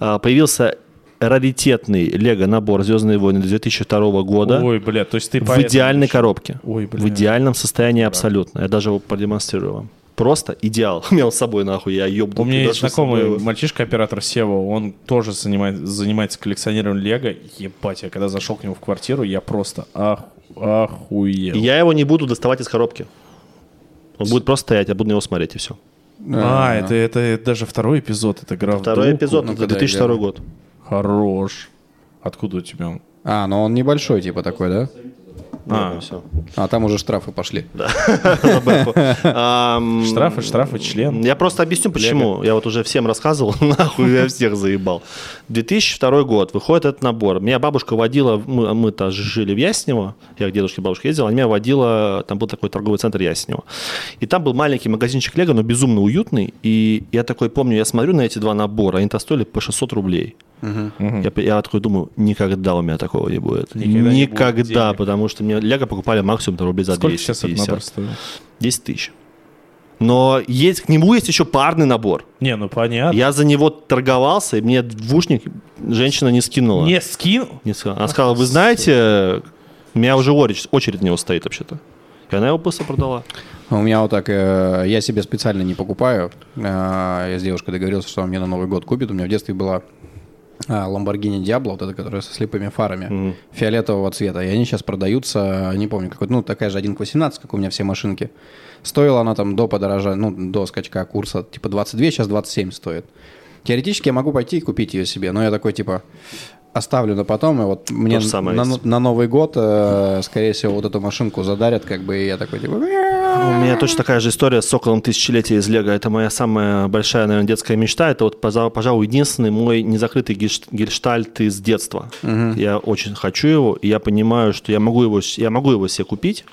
А, появился раритетный лего-набор «Звездные войны» 2002 года
Ой, бля, то есть ты
в
поэтому
идеальной
ещё-
коробке.
Ой, бля.
В идеальном состоянии абсолютно. Я даже его продемонстрирую вам. Просто идеал. У меня он с собой нахуй, я ёбну.
У меня есть
даже с собой
знакомый
его.
мальчишка-оператор Сева, он тоже занимает, занимается коллекционированием Лего. Ебать, я когда зашел к нему в квартиру, я просто ах- охуел.
И Я его не буду доставать из коробки. Он будет просто стоять, я буду на него смотреть, и все.
А, это, это, даже второй эпизод, это игра в
Второй
дух.
эпизод,
ну,
это
когда
2002
играл.
год.
Хорош. Откуда у тебя? он?
А, но он небольшой, типа такой, да?
А, все.
А там уже штрафы пошли.
Штрафы, штрафы, член.
Я просто объясню, почему. Я вот уже всем рассказывал, нахуй я всех заебал. 2002 год, выходит этот набор. Меня бабушка водила, мы- мы-то жили в Яснево, я к дедушке и бабушке ездил, она меня водила, там был такой торговый центр Яснево. И там был маленький магазинчик Лего, но безумно уютный. И я такой помню, я смотрю на эти два набора, они-то стоили по 600 рублей. Я, п- я такой думаю, никогда у меня такого не будет.
Никогда
Никогда,
не будет денег.
потому что мне Лего покупали максимум там рублей за
Сколько
200
сейчас этот
50.
набор стоит?
10 тысяч. Но есть, к нему есть еще парный набор.
Не, ну понятно.
Я за него торговался, и мне двушник женщина не скинула.
Не скинул?
Не сказала. Она сказала, вы знаете, у меня уже очередь, очередь на него стоит вообще-то. И она его быстро продала.
У меня вот так, э, я себе специально не покупаю. Э, я с девушкой договорился, что она мне на Новый год купит. У меня в детстве была Ламборгини Диабло, вот эта, которая со слепыми фарами, фиолетового цвета. И они сейчас продаются, не помню, какой ну, такая же 1 к 18, как у меня все машинки. Стоила она там до подорожа, ну, до скачка курса, типа 22, сейчас 27 стоит. Теоретически я могу пойти и купить ее себе, но я такой, типа, оставлю на потом, и вот мне
То же самое
на,
есть.
на Новый год, э, скорее всего, вот эту машинку задарят, как бы, и я такой, типа... «Мяу».
У меня точно такая же история с «Соколом тысячелетия» из «Лего». Это моя самая большая, наверное, детская мечта. Это вот, поза- пожалуй, единственный мой незакрытый геш- гельштальт из детства. Я очень хочу его, и я понимаю, что я могу его, с- я могу его себе купить,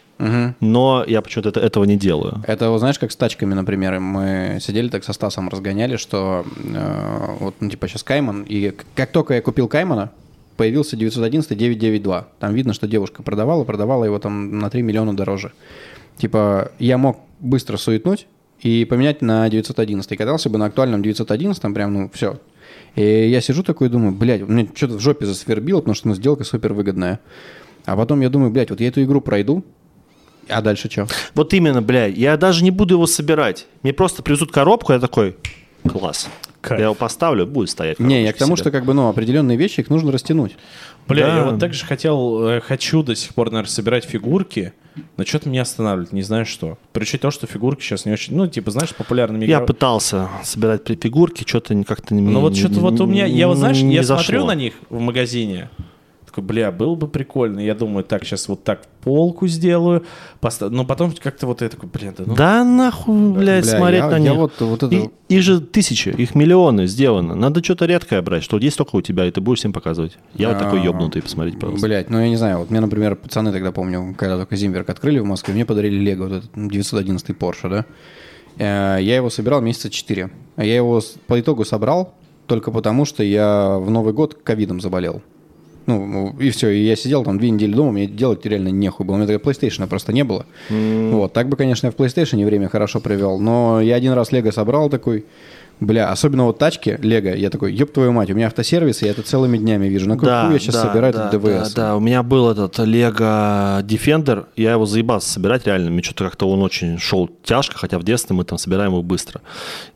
но я почему-то это- этого не делаю.
Это, вот знаешь, как с тачками, например, мы сидели так со Стасом разгоняли, что э, вот, ну, типа, сейчас Кайман, и к- как только я купил Каймана, появился 911 992. Там видно, что девушка продавала, продавала его там на 3 миллиона дороже. Типа, я мог быстро суетнуть и поменять на 911. И катался бы на актуальном 911, там прям, ну, все. И я сижу такой и думаю, блядь, у меня что-то в жопе засвербило, потому что ну, сделка супер выгодная. А потом я думаю, блядь, вот я эту игру пройду, а дальше что?
Вот именно, бля, я даже не буду его собирать. Мне просто привезут коробку, я такой, класс.
Кайф.
Я его поставлю, будет стоять.
Не, я
коробочка
к тому,
себе.
что как бы, ну, определенные вещи, их нужно растянуть.
Бля, я
Да.
вот так же хотел, э, хочу до сих пор, наверное, собирать фигурки, но что-то меня останавливает, не знаю что. Причем то, что фигурки сейчас не очень, ну, типа, знаешь, популярными
Я
игра-
пытался собирать при- фигурки, что-то как-то не
Ну вот
не-
что-то вот у меня, я вот знаешь,
не
я
зашло.
смотрю на них в магазине, такой, бля, было бы прикольно. Я думаю, так, сейчас вот так полку сделаю, поста- но потом как-то вот я такой, бля, да ну.
Да нахуй, блядь,
Бля,
смотреть
я-
на
я
них.
вот- вот это-
И- их же тысячи, их миллионы сделано. Надо что-то редкое брать, что есть только у тебя, и ты будешь всем показывать. Я вот такой
А,
ебнутый, посмотрите, пожалуйста.
Блять, ну я не знаю, вот мне, например, пацаны тогда помню, когда только Зимберг открыли в Москве, мне подарили Лего, вот этот 911 Porsche, да. Э, Я его собирал месяца 4. Я его с- по итогу собрал только потому, что я в Новый год ковидом заболел. Ну, и все, и я сидел там две недели дома, мне делать реально нехуй было. У меня тогда PlayStation просто не было. Вот, так бы, конечно, я в PlayStation время хорошо провел, но я один раз Лего собрал такой, бля, особенно вот тачки Лего, я такой, ёб твою мать, у меня автосервис, и я это целыми днями вижу. На какую я сейчас собираю этот ДВС?
Да, да, у меня был этот Лего Defender, я его заебался собирать реально, мне что-то как-то он очень шел тяжко, хотя в детстве мы там собираем его быстро.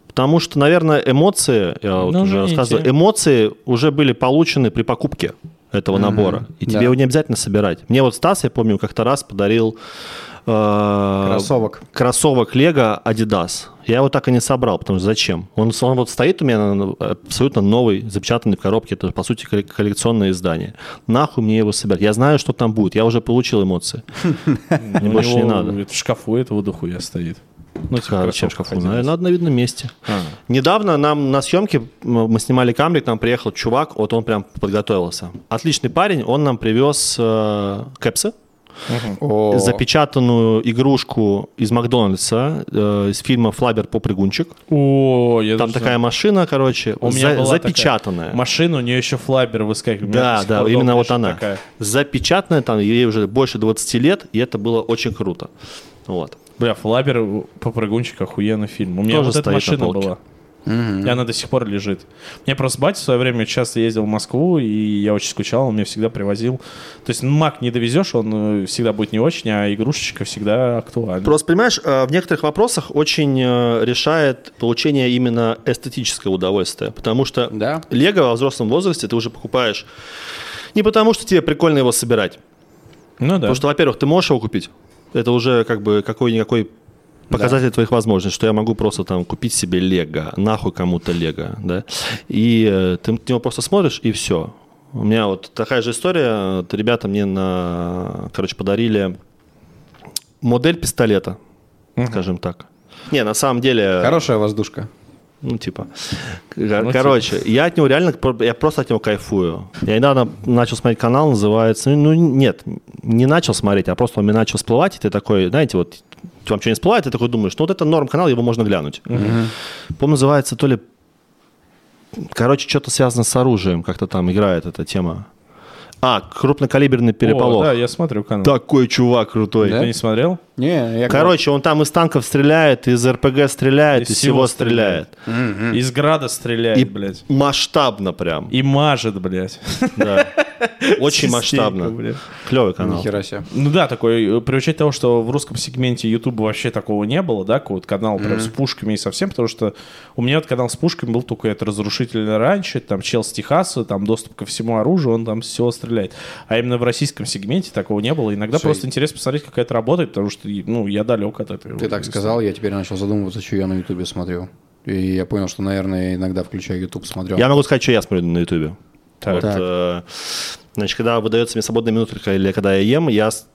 Потому что, наверное, эмоции, я вот
Ну,
уже
извините.
рассказывал, эмоции уже были получены при покупке этого набора. И тебе
да.
его не обязательно собирать. Мне вот Стас, я помню, как-то раз подарил э,
Кроссовок.
кроссовок Лего Adidas. Я его так и не собрал, потому что зачем? Он, он вот стоит у меня на- абсолютно новый, запечатанный в коробке. Это, по сути, коллек- коллекционное издание. Нахуй мне его собирать? Я знаю, что там будет. Я уже получил эмоции.
Мне
больше не надо.
ну, В шкафу этого дохуя стоит. Ну, типа,
Короче, в
кроссовка
шкафу.
один
На
раз.
на одном видном месте.
А.
Недавно нам на съемке, м, мы снимали камрик, нам приехал чувак, вот он прям подготовился. Отличный парень, он нам привез э, кэпсы.
О.
запечатанную игрушку из Макдональдса, э, из фильма «Флабер попрыгунчик».
О, я
Там
даже
такая
знаю.
машина, короче,
У меня
за-
была такая
запечатанная.
машина, у нее еще флабер выскакивает. У меня до
Да,
сих
да,
пор
именно
дома
вот
лежит
она.
такая.
Запечатанная, там ей уже больше 20 лет, и это было очень круто. Вот.
Бля, флабер попрыгунчик охуенный фильм. У меня
Тоже
вот эта
стоит на
машина
полке.
была. И она до сих пор лежит. Мне просто батя в свое время часто ездил в Москву, и я очень скучал, он мне всегда привозил. То есть ну, маг не довезешь, он э, всегда будет не очень, а игрушечка всегда актуальна.
Просто, понимаешь, э, в некоторых вопросах очень э, решает получение именно эстетическое удовольствие. Потому что
Да.
Лего во взрослом возрасте ты уже покупаешь не потому, что тебе прикольно его собирать.
Ну да.
Потому что, во-первых, ты можешь его купить. Это уже как бы какой-никакой показатель твоих возможностей, что я могу просто там купить себе Лего, нахуй кому-то Лего, да. И э, ты на него просто смотришь, и все. У меня вот такая же история. Вот Ребята мне на, короче, подарили модель пистолета, скажем так. Не, на самом деле...
Хорошая воздушка.
Ну, типа.
Ну,
Кор- Короче, я от него реально, про- я просто от него кайфую. Я недавно начал смотреть канал, называется, ну, нет, не начал смотреть, а просто он мне начал всплывать, и ты такой, знаете, вот вам что не всплывает, ты такой думаешь, ну, вот это норм канал, его можно глянуть. По-моему, называется то ли, короче, что-то связано с оружием, как-то там играет эта тема. А, крупнокалиберный
О,
переполох.
да, я смотрю канал.
Такой чувак крутой.
Да?
Ты не смотрел?
Не, я
Короче, он там из танков стреляет, из РПГ стреляет,
Из
из,
всего
всего стреляет.
Из града стреляет,
И
блядь.
масштабно прям.
И мажет, блядь.
Да. Очень
Истерика,
масштабно.
блядь.
Клевый
как-
канал.
Нихера себе.
Ну да, такой, э, при учете того, что в русском сегменте YouTube вообще такого не было, да, вот канал прям с пушками и совсем, потому что у меня вот канал с пушками был только это разрушительно раньше, там чел с Техаса, там доступ ко всему оружию, он там все стреляет. А именно в российском сегменте такого не было. Иногда
Всё,
просто
и-
интересно посмотреть, как это работает, потому что, и, ну, я далек от этого.
Ты так сказал, я теперь начал задумываться, что я на Ютубе смотрю. И я понял, что, наверное, иногда включаю Ютуб, смотрю.
Я могу сказать, что я смотрю на Ютубе.
Так.
Вот,
Так.
э, Значит, когда выдается мне свободная минутка или когда я ем, я с-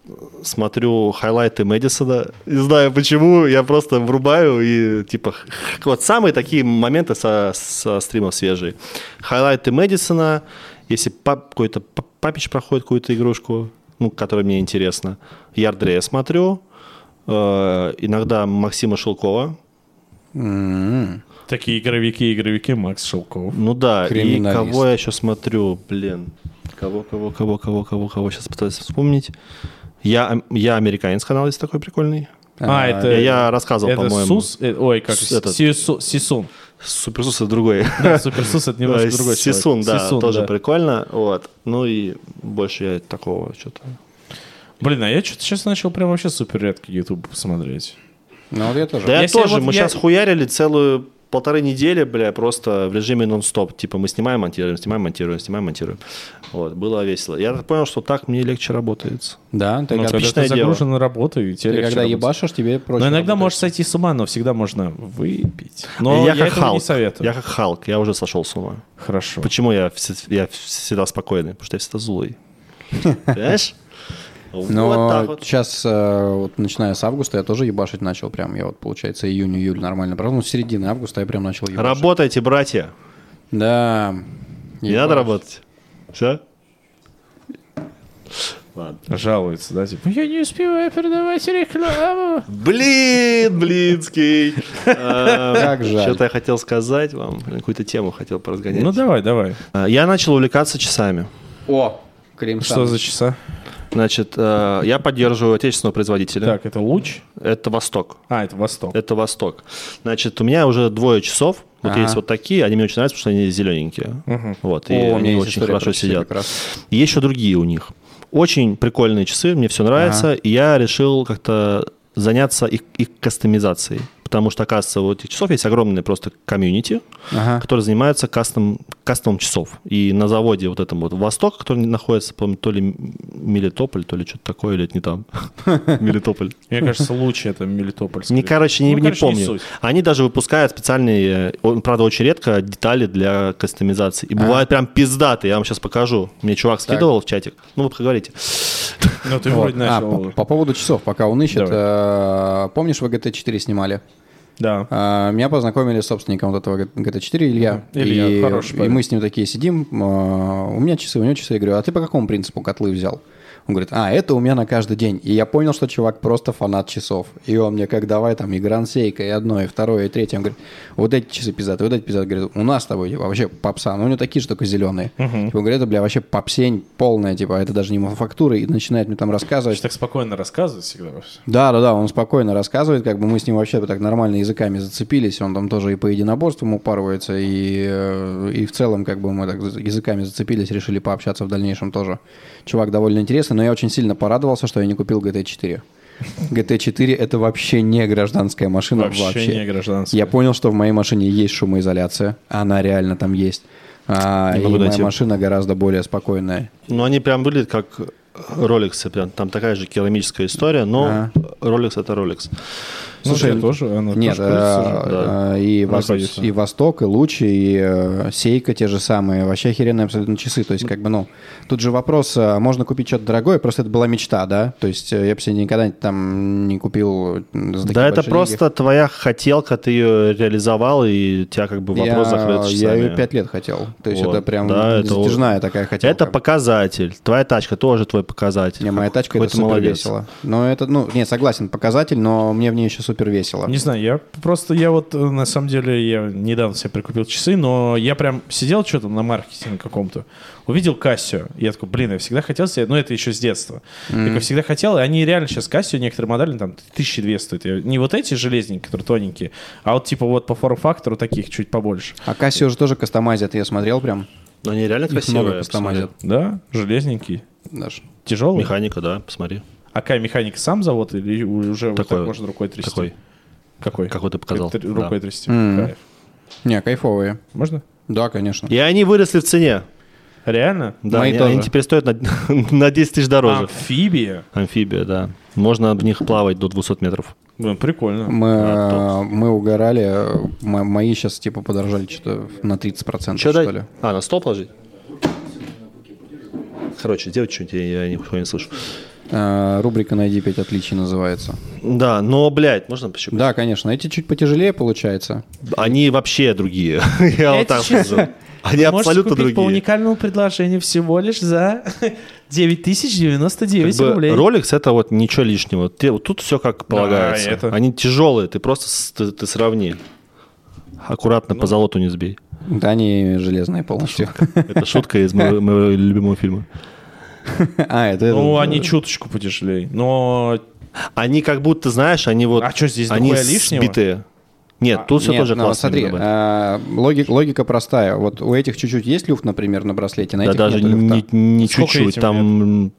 смотрю хайлайты Мэдисона. Не знаю почему, я просто врубаю и типа... х- х- Вот самые такие моменты со, со стримов свежие. Хайлайты Мэдисона, если пап- какой-то пап- папич проходит какую-то игрушку, ну, которая мне интересна. Ярдрея смотрю. э, иногда Максима Шелкова,
М-м.
Такие игровики, игровики, Макс Шелков.
Ну да, и
Криминалист.
кого я еще смотрю, блин. Кого, кого, кого, кого, кого, кого сейчас пытаюсь вспомнить. Я, ам- я американец канал есть такой прикольный.
А,
А,
это...
я- я рассказывал,
это
по-моему.
Сус, э, ой, как,
С- этот-
Сису- Сисун.
Суперсус это другой.
Да, Суперсус это немножко другой человек.
Сисун, да,
Сисун,
тоже
да.
прикольно. Вот. Ну и больше я такого что-то.
Блин, а я что-то сейчас начал прям вообще супер редко YouTube смотреть.
Ну, вот я тоже.
Да я
Если
тоже,
вот
мы
я-
сейчас хуярили целую полторы недели, бля, просто в режиме нон-стоп. Типа мы снимаем, монтируем, снимаем, монтируем, снимаем, монтируем. Вот, было весело. Я так понял, что так мне легче работается.
Да, ты
Ну,
когда,
когда
отличное
ты
дело.
загружен на работу, и
ты
тебе легче
когда
работать.
ебашишь,
Ну,
тебе проще.
Но иногда
работать.
можешь сойти с ума, но всегда можно выпить. Но я, этого не советую.
Я как Халк, я уже сошел с ума.
Хорошо.
Почему я, вс- я всегда спокойный? Потому что я всегда злой. Понимаешь?
Но
Вот так вот.
сейчас, Ну, э, вот, начиная с августа, я тоже ебашить начал прям. Я вот, получается, июнь-июль нормально брал. Ну, с середины августа я прям начал ебашить.
Работайте, братья.
Да.
Не надо работать. Все? Ладно.
Жалуется, да, типа, я не успеваю продавать рекламу.
Блин, Блинский.
Как жаль.
Что-то Эм, я хотел сказать вам. Блин, Какую-то тему хотел поразгонять.
Ну давай, давай.
А, Я начал увлекаться часами.
О, Клим
Что за часа?
Значит, э, я поддерживаю отечественного производителя.
Так, это луч.
Это Восток.
А, это Восток.
Это Восток. Значит, у меня уже двое часов. Вот
Ага.
есть вот такие, они мне очень нравятся, потому что они зелененькие. Вот, и
О, у меня
они
есть
очень
история про
хорошо
часы
сидят.
как раз.
И еще другие у них. Очень прикольные часы, мне все нравится. И я решил как-то заняться их, их кастомизацией. Потому что, оказывается, у этих часов есть огромное просто комьюнити,
Ага.
которые занимаются кастом, кастомом часов. И на заводе вот этом вот «Восток», который находится, по-моему, то ли Мелитополь, то ли что-то такое, или это не там. Мелитополь.
Мне кажется, луч это Мелитополь.
Не,
скорее.
короче, не,
Ну,
не
короче,
помню.
суть.
Они даже выпускают специальные, э, он, правда, очень редко, детали для кастомизации.
А.
И бывают прям пиздатые. Я вам сейчас покажу. Мне чувак скидывал в чатик. Ну, вы поговорите.
Ну ты
Вот.
вроде
А,
начал.
по, по поводу часов, пока он ищет. э, помнишь, в ГТ-4 снимали?
Да.
А, Меня познакомили с собственником вот этого GT4 Илья.
Илья,
и,
хороший
и
парень.
э, мы с ним такие сидим. а, У меня часы, у него часы. Я говорю, а ты по какому принципу котлы взял? Он говорит, а, это у меня на каждый день. И я понял, что чувак просто фанат часов. И он мне как, давай там и грансейка, и одно, и второе, и третье. Он говорит, вот эти часы пиздатые, вот эти пиздатые. Говорит, у нас с тобой типа, вообще попса. Ну, у него такие же только зеленые. Типа, говорит, это, бля, вообще попсень полная, типа, это даже не мануфактура. И начинает мне там рассказывать.
так спокойно рассказывает всегда. во всё.
Да, да, да, он спокойно рассказывает, как бы мы с ним вообще так нормально языками зацепились, он там тоже и по единоборствам упарывается, и, э, и в целом как бы мы так за- языками зацепились, решили пообщаться в дальнейшем тоже. Чувак довольно интересный, но я очень сильно порадовался, что я не купил GT 4. GT 4 это вообще не гражданская машина Ну, вообще.
Вообще, не гражданство.
Я понял, что в моей машине есть шумоизоляция, она реально там есть. А,
Не
и
могу
моя
дойти.
машина гораздо более спокойная.
Ну, они прям выглядят как роликсы, прям там такая же керамическая история, но
Ага.
роликс это роликс.
Ну,
Слушай,
я тоже. она
Нет,
тоже крутится
а,
же.
да.
а, и,
Она
Вос-
крутится.
и Восток, и Лучи, и э, Сейка те же самые. Вообще охеренные абсолютно часы. То есть, как бы, ну, тут же вопрос, а, можно купить что-то дорогое, просто это была мечта, да? То есть, э, я бы себе никогда там не купил э, за такие
да, это
большие
просто твоя хотелка, ты ее реализовал, и у тебя как бы
деньги.
вопрос закрыт
я, я
часами.
ее пять лет хотел. То есть,
Вот.
это прям
Да, это вот-
затяжная такая хотелка.
Это показатель. Твоя тачка тоже твой показатель.
Не, моя
Как-
тачка
какой
это
ты
супер весело. Но это, ну, не, согласен, показатель, но мне в ней еще супер весело.
Не знаю, я просто, я вот, э, на самом деле, я недавно себе прикупил часы, но я прям сидел что-то на маркетинге каком-то, увидел Кассию, и я такой, блин, я всегда хотел себе, ну, это еще с детства. Такой, всегда хотел, и они реально сейчас Кассию, некоторые модели, там, 1200 стоят. Я- Не вот эти железненькие, которые тоненькие, а вот, типа, вот по форм-фактору таких чуть побольше.
А Кассио же тоже кастомазят, я смотрел прям.
Но они реально
Их
красивые.
много
посмотри.
кастомазят.
Да, железненький.
Даже.
Тяжелый.
Механика, да, посмотри.
А Кай механик сам завод или у- уже вот
Такой
так
вот.
можно рукой трясти?
Такой.
Какой?
Какой ты показал,
Тр-
да.
Рукой трясти.
М.
Кайф.
Не, кайфовые.
Можно?
Да, конечно.
И они выросли в цене.
Реально?
Да,
Мои
они,
тоже.
они теперь стоят на, на 10 тысяч дороже.
Амфибия.
А, Амфибия, да. Можно в них плавать до 200 метров.
Блин, прикольно.
Мы,
А,
э, мы угорали, э, мо- мои сейчас типа подорожали что-то на 30%,
Че
что
дать?
ли.
А, на стол положить? Короче, делать что-нибудь, я, я нихуя не слышу.
Э, Рубрика «Найди 5 отличий» называется.
Да, но, блядь, можно пощупать?
Да, конечно, эти чуть потяжелее получается.
Они вообще другие. Я вот
Эти
так
часы
скажу. Они абсолютно другие.
уникальному предложению всего лишь за 9099
Как бы Rolex это вот ничего лишнего. Те- вот тут все как полагается.
это-
Они тяжелые, ты просто с- ты, ты сравни. Аккуратно по золоту не сбей.
Да, они железные полностью.
Это шутка из моего, моего любимого фильма.
А, это...
Ну,
этот,
они чуточку потяжелее. Но
Они как будто, знаешь, они вот...
А чё, здесь
они
дохуя лишнего?
сбитые. Нет, тут все
Нет,
тоже
ну,
классно.
Смотри,
именно, да.
а, логи- логика простая. Вот у этих чуть-чуть есть люфт, например, на браслете, на
да
этих
даже
нету люфта.
не, не
Сколько
чуть-чуть,
этим
там... м,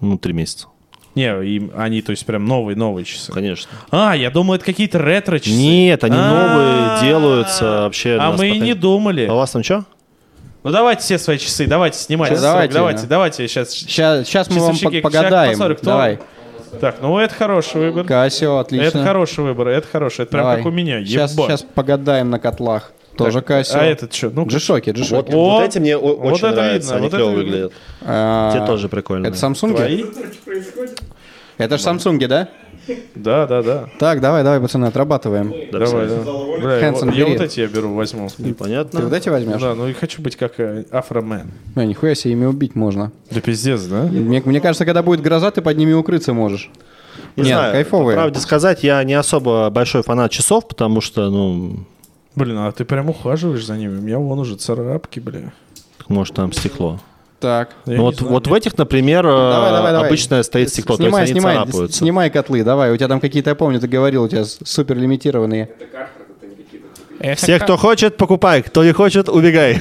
Ну, три месяца.
не, им, они, то есть, прям новые-новые часы.
Конечно.
А, я думаю, это какие-то ретро-часы.
Нет, они
А-а-а.
новые делаются вообще.
А
нас
мы и
пока-
не думали.
А у вас там что?
Ну, давайте все свои часы, давайте снимайте.
Щас,
давайте,
давайте,
давайте,
да.
давайте. Сейчас
Сейчас, мы вам по- погадаем. Давай.
Так, ну это хороший выбор.
Кассио, отлично.
Это хороший выбор, это хороший. Это прям как у меня.
Сейчас,
ебать.
сейчас погадаем на котлах.
Так,
Тоже Кассио.
А этот что? Ну,
Джишоки, Джишоки.
О, вот
эти мне о-
вот
очень
это
нравятся,
видно,
они
вот это
клево
видно.
выглядят.
А,
Те тоже прикольные.
Это Samsung?
твои?
Это же Samsung, да?
Да, да, да.
Так, давай, давай, пацаны, отрабатываем.
Да,
Давай,
абсолютно.
да. Бля, я,
Хэнсон,
вот- я
бери.
вот эти я беру, возьму.
Непонятно.
Ты вот эти возьмешь?
Да, ну и хочу быть как э, афромен.
Не, нихуя себе ими убить можно.
Да пиздец, да?
Мне, мне кажется, когда будет гроза, ты под ними укрыться можешь.
Не
Нет,
знаю,
кайфовые.
по правде сказать, я не особо большой фанат часов, потому что, ну,
Блин, а ты прям ухаживаешь за ними. У меня вон уже царапки, бля.
может, там стекло.
Так.
Я
Ну,
не
вот,
знаю,
вот в
мне-
этих, например, э,
Ну, Давай, давай, давай.
обычно стоит стекло,
снимай,
то есть они
снимай,
царапаются.
Снимай котлы, давай. У тебя там какие-то, я помню, ты говорил, у тебя супер лимитированные.
Все, кто хочет, покупай, кто не хочет, убегай.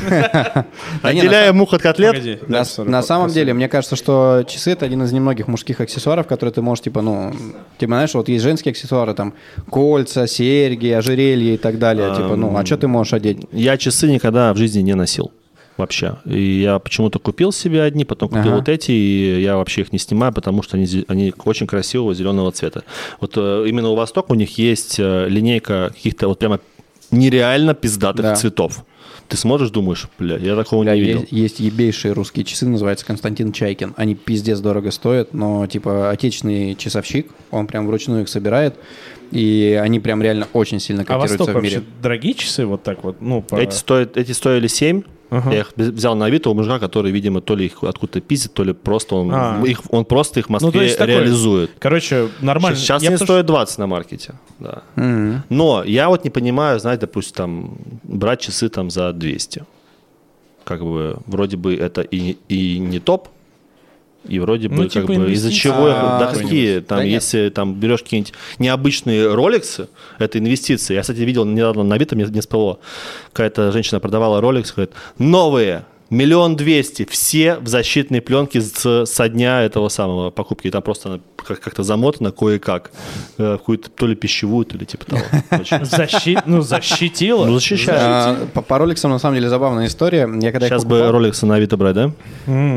Отделяя мух от
Погоди,
котлет.
дай
на,
сорок-
на самом
пос-
деле, мне кажется, что часы это один из немногих мужских аксессуаров, которые ты можешь, типа, ну, типа, знаешь, вот есть женские аксессуары, там, кольца, серьги, ожерелья и так далее. Типа, ну, а что ты можешь одеть?
Я часы никогда в жизни не носил вообще. И я почему-то купил себе одни, потом купил
Ага.
вот эти, и я вообще их не снимаю, потому что они, зе- они очень красивого зеленого цвета. Вот э, именно у Восток у них есть э, линейка каких-то вот прямо нереально пиздатых
Да.
цветов. Ты смотришь, думаешь, бля, я такого
Бля,
не видел.
есть, есть ебейшие русские часы, называется Константин Чайкин. Они пиздец дорого стоят, но типа отечественный часовщик, он прям вручную их собирает, и они прям реально очень сильно
А
котируются
Восток
в
вообще
мире.
дорогие часы вот так вот? Ну, по-
Эти, стоят, эти стоили 7, Я их без- взял на Авито у мужика, который, видимо, то ли их откуда-то пиздит, то ли просто он,
А.
их, он просто их в Москве
Ну, то есть такой-
реализует.
Короче, нормально.
Сейчас
Я
они
потому
стоят 20 на маркете. Да.
М-м.
Но я вот не понимаю, знаешь, допустим, там, брать часы там за 200. Как бы, вроде бы это и, и не топ, и вроде бы,
Ну,
как
типа
бы, из-за
инвестиции
чего, их-
А,
да
какой-нибудь.
какие, там,
Да нет.
если там берешь какие-нибудь необычные роликсы, это инвестиции. Я, кстати, видел недавно на Авито, мне не спало, какая-то женщина продавала роликс, говорит, новые, миллион двести, все в защитной пленке с, со дня этого самого покупки. И Там просто она как- как-то замотана кое-как, э, в какую-то то ли пищевую, то ли типа того. Очень-
что защи- Ну, защитила.
Ну, защищает.
А, По по роликсам, на самом деле, забавная история. Я когда их
Сейчас бы
покупал-
роликсы на Авито брать, да?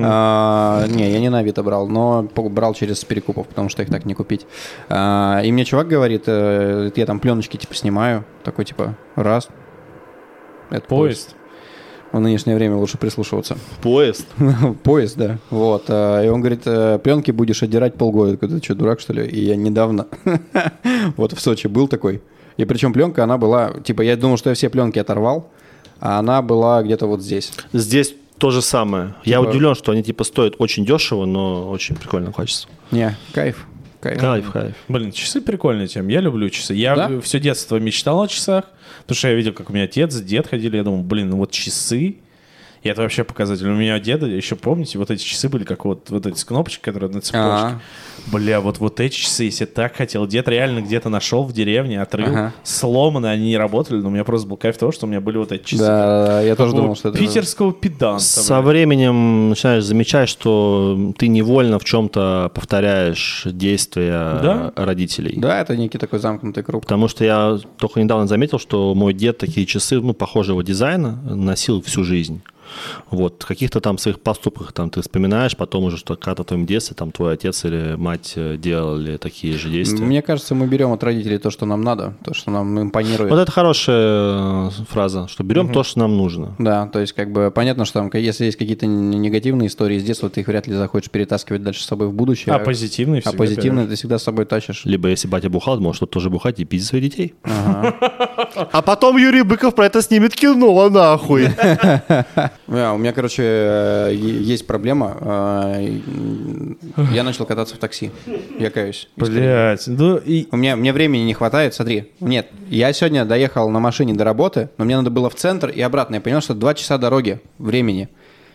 А, не, я не на Авито брал, но пок- брал через перекупов, потому что их так не купить. А, и мне чувак говорит, э, я там пленочки типа снимаю, такой типа раз. Это
Поезд.
В нынешнее время лучше прислушиваться.
Поезд.
Ну, Поезд, да. Вот. а, И он говорит, э, пленки будешь отдирать полгода. Я говорю, ты что, дурак, что ли? И я недавно вот в Сочи был такой. И причем пленка, она была, типа, я думал, что я все пленки оторвал, а она была где-то вот здесь.
Здесь то же самое. Я
Типа-
удивлен, что они типа стоят очень дешево, но очень прикольного качества.
Не, кайф. Кайф.
Кайф, кайф.
Блин, часы прикольные тем. Я люблю часы. Я
Да?
все детство мечтал о часах, потому что я видел, как у меня отец, дед ходили. Я думал, блин, ну вот часы. И это вообще показатель. У меня у деда, еще помните, вот эти часы были, как вот, вот эти с кнопочкой, которые на цепочке.
Ага.
Бля, вот, вот эти часы, если так хотел. Дед реально где-то нашел в деревне, отрыл.
Ага.
Сломаны, они не работали, но у меня просто был кайф того, что у меня были вот эти часы.
Да, я тоже
Вот
думал, что это...
питерского педанта.
Со
бля.
временем начинаешь замечать, что ты невольно в чем-то повторяешь действия
Да?
родителей.
Да, это некий такой замкнутый круг.
Потому что я только недавно заметил, что мой дед такие часы, ну, похожего дизайна носил всю жизнь. Вот, в каких-то там своих поступках там ты вспоминаешь, потом уже, что когда-то в твоем детстве там твой отец или мать э, делали такие же действия.
Мне кажется, мы берем от родителей то, что нам надо, то, что нам импонирует.
Вот это хорошая э, фраза, что берем то, что нам нужно.
Да, то есть как бы понятно, что там, если есть какие-то н- негативные истории с детства, ты их вряд ли захочешь перетаскивать дальше с собой в будущее.
А позитивные
А
всегда
позитивные ты всегда с собой тащишь.
Либо если батя бухал, может тут тоже бухать и пить своих детей. А потом Юрий Быков про это снимет кино, а нахуй.
Да, у меня, короче, э, е- есть проблема. э, м, Я начал кататься в такси. Я каюсь.
Блять, ну и...
У меня, мне времени не хватает, смотри. Нет, я сегодня доехал на машине до работы, но мне надо было в центр и обратно. Я понял, что два часа дороги времени.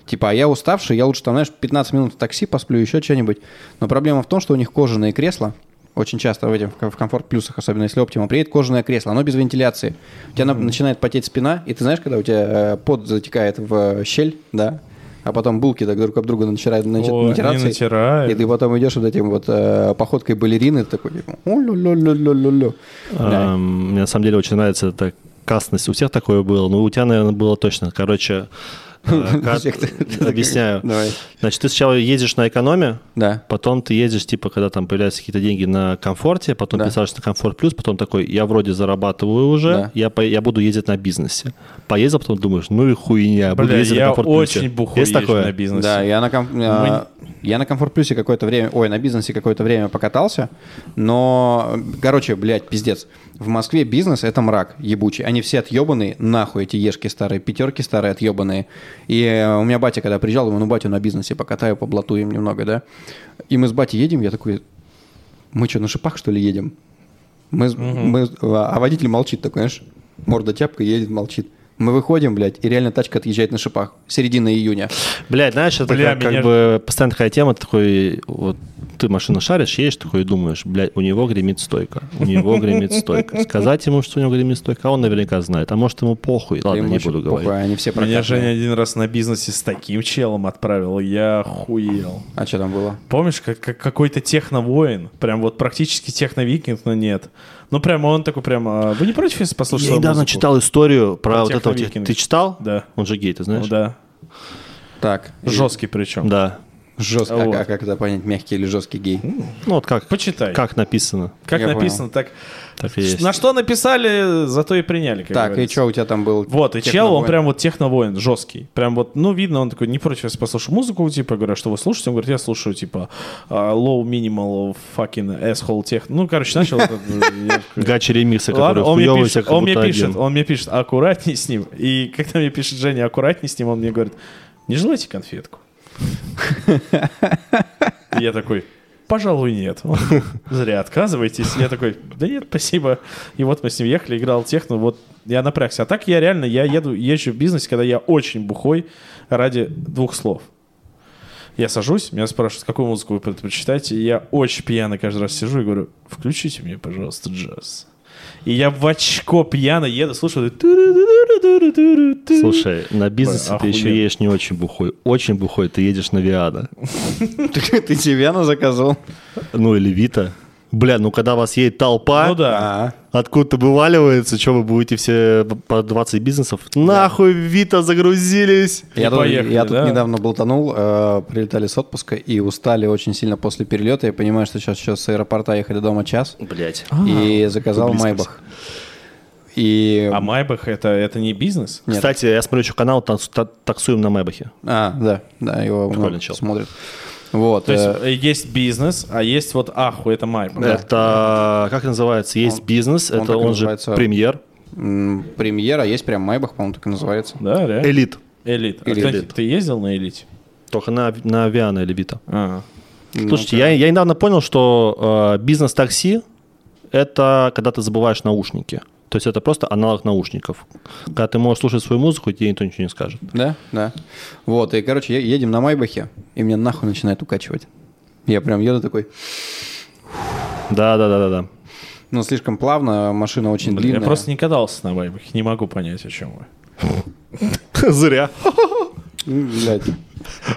Типа, а я уставший, я лучше там, знаешь, 15 минут в такси посплю, еще что-нибудь. Но проблема в том, что у них кожаные кресла. Очень часто в, этим, в ком- в комфорт плюсах, особенно если оптима, приедет кожаное кресло, оно без вентиляции. У тебя на- начинает потеть спина, и ты знаешь, когда у тебя э, пот затекает в э, щель, да, а потом булки так друг об друга начинают начи-
О, не
натираться.
натирает.
И ты потом идешь вот этим вот э, походкой балерины, такой, типа, «О-лю-лю-лю-лю-лю-лю». Да.
Эм, Мне на самом деле очень нравится эта кастность. У всех такое было, но у тебя, наверное, было точно. Короче, э,
У
как-
всех это-
объясняю.
Давай.
Значит, ты сначала ездишь на экономе,
Да.
потом ты едешь, типа, когда там появляются какие-то деньги на комфорте, потом
Да.
писаешь на комфорт плюс, потом такой, я вроде зарабатываю уже,
Да.
я, по- я буду ездить на бизнесе. Поездил, потом думаешь, ну и хуйня, буду
Бля,
ездить на
я
комфорт плюсе.
очень бухой
Есть
езжу
такое?
на бизнесе.
Да, я на, ком- э, я на комфорт плюсе какое-то время, ой, на бизнесе какое-то время покатался, но, короче, блядь, пиздец. В Москве бизнес это мрак ебучий. Они все отъебанные, нахуй эти ешки старые, пятерки старые отъебанные. И э, у меня батя, когда приезжал, думаю, ну батю на бизнесе покатаю, поблатуем немного, да. И мы с батей едем, я такой, мы что, на шипах, что ли, едем? Мы, с- мы, с- а водитель молчит такой, знаешь, морда тяпка едет, молчит. Мы выходим, блядь, и реально тачка отъезжает на шипах. Середина июня.
Блядь, знаешь, это
Бля,
как, как
меня-
бы постоянно такая тема, ты такой, вот ты машину шаришь, едешь такой и думаешь, блядь, у него гремит стойка, у него гремит стойка. Сказать ему, что у него гремит стойка, а он наверняка знает, а может ему похуй, ладно,
Им
не
очень
буду
похуй,
говорить.
Они все
Меня
прокатные.
Женя один раз на бизнесе с таким челом отправил, я хуел.
А что там было?
Помнишь, как, как какой-то техновоин, прям вот практически техновикинг, но нет. Ну прям он такой прям, а, вы не против, если послушать
Я
свою
недавно
музыку?
читал историю про
Про
вот это вот,
техновикингов.
ты читал?
Да.
Он же гей, ты
Ну
знаешь?
да,
Так.
жесткий причем.
Да.
Жестко.
Вот.
А как это понять, мягкий или жесткий гей?
Ну вот как,
Почитай.
как написано.
Как
Я
написано, так...
Так и есть.
На что написали, зато и приняли. как
Так, и
говорится.
что у тебя там был?
Вот, и чел, он
техновоин?
прям вот техновоин, жесткий. Прям вот, ну, видно, он такой, не против, если послушаю музыку, типа, я говорю, а что вы слушаете? Он говорит, я слушаю, типа, а, low minimal fucking asshole тех. Ну, короче, начал этот... э, я такой,
Гачи ремиксы,
Ладно,
которые
он мне
хуёвые,
пишет,
как
он мне
будто
пишет,
один.
он мне пишет, аккуратней с ним. И когда мне пишет Женя, аккуратней с ним, он мне говорит, не желаете конфетку? И я такой, пожалуй, нет. Он, Зря отказываетесь. Я такой, да нет, спасибо. И вот мы с ним ехали, играл техно, вот я напрягся. А так я реально, я еду, езжу в бизнес, когда я очень бухой ради двух слов. Я сажусь, меня спрашивают, какую музыку вы предпочитаете, и я очень пьяный каждый раз сижу и говорю, включите мне, пожалуйста, джаз. И я в очко пьяно еду, слушаю. ту-ру-ру-ру-ру-ру-ру-ру.
Слушай, на бизнесе ты
Охуенно.
еще едешь не очень бухой. Очень бухой ты едешь на Виана.
Ты Тивиана заказывал?
Ну или Вита. Бля, ну когда вас едет толпа,
Ну да.
А,
откуда-то вываливается, что вы будете все по 20 бизнесов? Нахуй Вита загрузились!
И
Я, тут-
поехали,
я тут
да?
недавно болтанул, э, прилетали с отпуска и устали очень сильно после перелета. Я понимаю, что сейчас, сейчас с аэропорта ехали дома час.
Блять.
А,
и заказал Майбах. И...
А Майбах это, это не бизнес?
Нет.
Кстати, я смотрю еще канал «Танц- та- «Таксуем на Мэбахе».
А, да, да, его много
Прикольный чел.
смотрят. Вот.
То есть
э,
э, есть бизнес, а есть вот аху, это Майбах.
Это, как называется, есть бизнес,
он
это
так и
он же
называется.
премьер,
м, премьера, есть прям Майбах, по-моему, так и называется.
Да, реально.
элит.
Элит. А,
Элит.
кстати, ты ездил на элите?
Только на, на Виана или Вита.
А.
Ну,
Слушайте, я, я недавно понял, что э, бизнес-такси – это когда ты забываешь наушники. То есть это просто аналог наушников. Когда ты можешь слушать свою музыку, и тебе никто ничего не скажет.
Да, да. Вот, и, короче, е- едем на Майбахе, и мне нахуй начинает укачивать. Я прям еду такой,
Да-да-да-да-да.
ну, слишком плавно, машина очень
Блин,
длинная.
я просто не катался на Майбахе, не могу понять, о чем вы.
Зря.
М, блядь.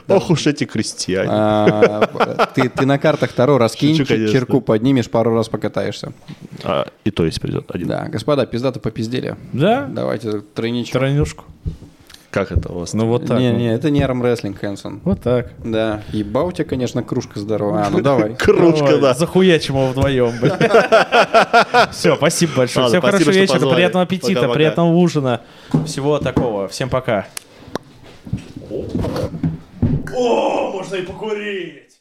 Ох уж эти крестьяне.
А, Ты ты на картах Таро раскинь,
Шучу,
чер-
конечно.
черку поднимешь, пару раз покатаешься.
А, и то есть придет один.
Да, господа, пизда-то попиздели.
Да?
Давайте тройничок.
Тройнушку.
Как это у вас?
Ну вот так.
не,
вот.
не, это не армрестлинг, Хэнсон.
Вот так.
Да, ебал у тебя, конечно, кружка здоровая. А, ну давай.
Кружка,
Давай,
да.
Захуячим его вдвоем. Все, спасибо большое.
Ладно,
Всем хорошего
спасибо, что
вечера,
позвали.
приятного аппетита,
Пока-пока.
приятного ужина. Всего такого. Всем пока. О, можно и покурить.